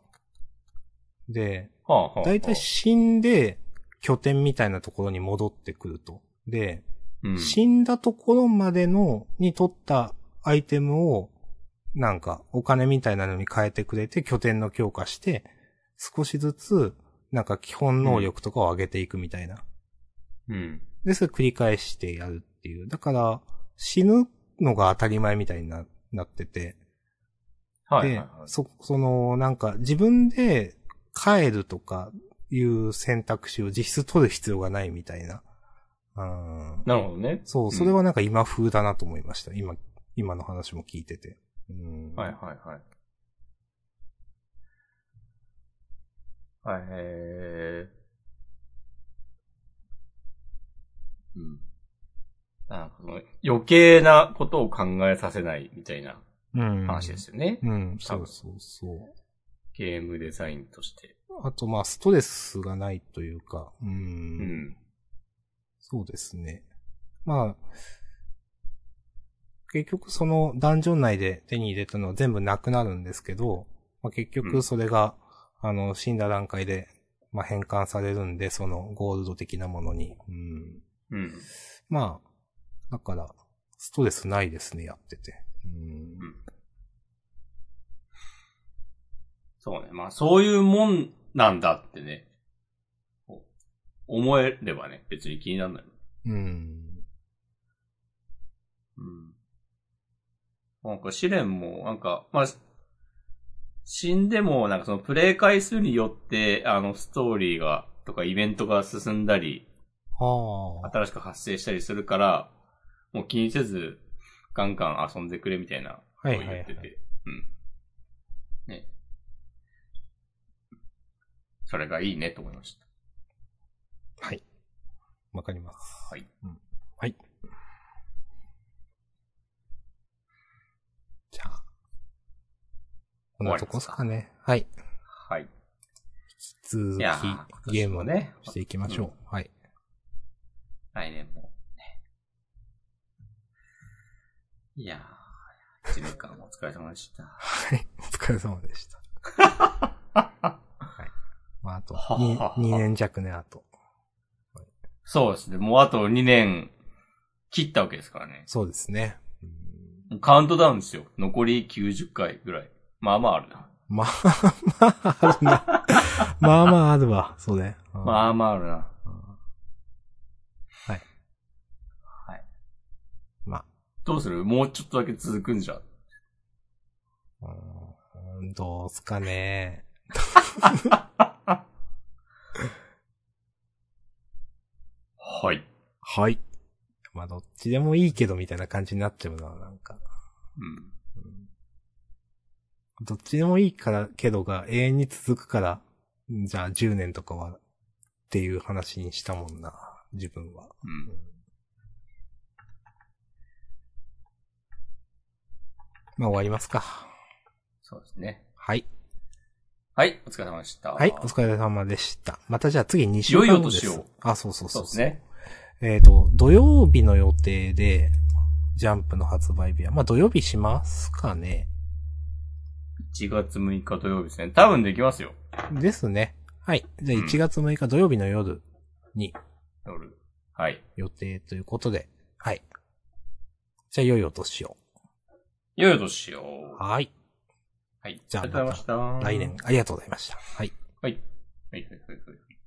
[SPEAKER 2] で、
[SPEAKER 1] はあはあはあ、
[SPEAKER 2] だいたい死んで、拠点みたいなところに戻ってくると。で、
[SPEAKER 1] うん、
[SPEAKER 2] 死んだところまでの、に取ったアイテムを、なんか、お金みたいなのに変えてくれて、拠点の強化して、少しずつ、なんか基本能力とかを上げていくみたいな。
[SPEAKER 1] うん。
[SPEAKER 2] で、それ繰り返してやるっていう。だから、死ぬのが当たり前みたいにななってて。
[SPEAKER 1] はいはい
[SPEAKER 2] で
[SPEAKER 1] はい。、
[SPEAKER 2] そ、その、なんか、自分で帰るとかいう選択肢を実質取る必要がないみたいな。うん。
[SPEAKER 1] なるほどね。
[SPEAKER 2] そう、それはなんか今風だなと思いました。今、今の話も聞いてて。うん。
[SPEAKER 1] はいはいはい。はい、えー。うん。なんかその余計なことを考えさせないみたいな
[SPEAKER 2] うん。
[SPEAKER 1] 話ですよね。
[SPEAKER 2] うん、そうそうそう。
[SPEAKER 1] ゲームデザインとして。
[SPEAKER 2] あと、まあ、ストレスがないというか、うん。
[SPEAKER 1] うん。
[SPEAKER 2] そうですね。まあ、結局そのダンジョン内で手に入れたのは全部なくなるんですけど、まあ、結
[SPEAKER 1] う
[SPEAKER 2] 局
[SPEAKER 1] ん
[SPEAKER 2] それが、あの、死んだ段階で、まあ、変換されるんで、そのゴールド的なものに。うん。
[SPEAKER 1] うん。
[SPEAKER 2] まあ、だから、ストレスないですね、やってて。うん。
[SPEAKER 1] そうね。まあそういうもんなんだってね。こう思えればね、別に気にならない。
[SPEAKER 2] うん。
[SPEAKER 1] うん。なんか試練も、なんか、まあ、し死んでも、なんかそのプレイ回数によって、あの、ストーリーが、とかイベントが進んだり、
[SPEAKER 2] はあ。
[SPEAKER 1] 新しく発生したりするから、もう気にせず、ガンガン遊んでくれみたいな、
[SPEAKER 2] はいはい
[SPEAKER 1] こう言って
[SPEAKER 2] は
[SPEAKER 1] て。うん。ね。それがいいねと思いました。
[SPEAKER 2] はい。わかります。
[SPEAKER 1] はい。
[SPEAKER 2] はい。じゃあ。こんなとこっすかね。はい。
[SPEAKER 1] はい。
[SPEAKER 2] 続
[SPEAKER 1] い
[SPEAKER 2] き
[SPEAKER 1] やー、
[SPEAKER 2] ゲームを
[SPEAKER 1] 今年もね
[SPEAKER 2] していきましょう。はい。
[SPEAKER 1] 来年も、ね。いやー、1年間お疲れ様でした。
[SPEAKER 2] はい。お疲れ様でした。はい。まあ、あと
[SPEAKER 1] は
[SPEAKER 2] 2、
[SPEAKER 1] はは
[SPEAKER 2] 2年弱ね、あと。
[SPEAKER 1] そうですね。もうあと2年切ったわけですからね。
[SPEAKER 2] そうですね。うん
[SPEAKER 1] カウントダウンですよ。残り90回ぐらい。まあまああるな。
[SPEAKER 2] まあ、まあ、あるな。まあまああるわ、それ。
[SPEAKER 1] まあまああるな。
[SPEAKER 2] あ。はい。
[SPEAKER 1] はい。
[SPEAKER 2] まあ。
[SPEAKER 1] どうするもうちょっとだけ続くんじゃ。
[SPEAKER 2] うーんどうすかね。
[SPEAKER 1] はい。
[SPEAKER 2] はい。まあ、どっちでもいいけどみたいな感じになっちゃうな、なんか。
[SPEAKER 1] うん。
[SPEAKER 2] どっちでもいいから、けどが永遠に続くから、じゃあ10年とかは、っていう話にしたもんな、自分は。
[SPEAKER 1] うん。
[SPEAKER 2] まあ、終わりますか。
[SPEAKER 1] そうですね。
[SPEAKER 2] はい。
[SPEAKER 1] はい。お疲れ様でした。
[SPEAKER 2] はい、お疲れ様でした。またじゃあ次2週
[SPEAKER 1] 良いお
[SPEAKER 2] 間後です。
[SPEAKER 1] 年を
[SPEAKER 2] あ、そうそうそ
[SPEAKER 1] そう
[SPEAKER 2] う
[SPEAKER 1] ですね。
[SPEAKER 2] えっ、と、土曜日の予定で、ジャンプの発売日は。まあ、土曜日しますかね。
[SPEAKER 1] 1月6日土曜日ですね。多分できますよ。
[SPEAKER 2] ですね。はい。じゃあ
[SPEAKER 1] うん
[SPEAKER 2] 1月6日土曜日の夜に
[SPEAKER 1] 夜。はい。
[SPEAKER 2] 予定ということで。はい。じゃあ、良いお年を。
[SPEAKER 1] よいよとしよう。
[SPEAKER 2] はい。
[SPEAKER 1] はい。
[SPEAKER 2] じゃあ
[SPEAKER 1] りがとうございました。
[SPEAKER 2] 来年。ありがとうございました。はい。
[SPEAKER 1] はい。はい、はい、はいはい。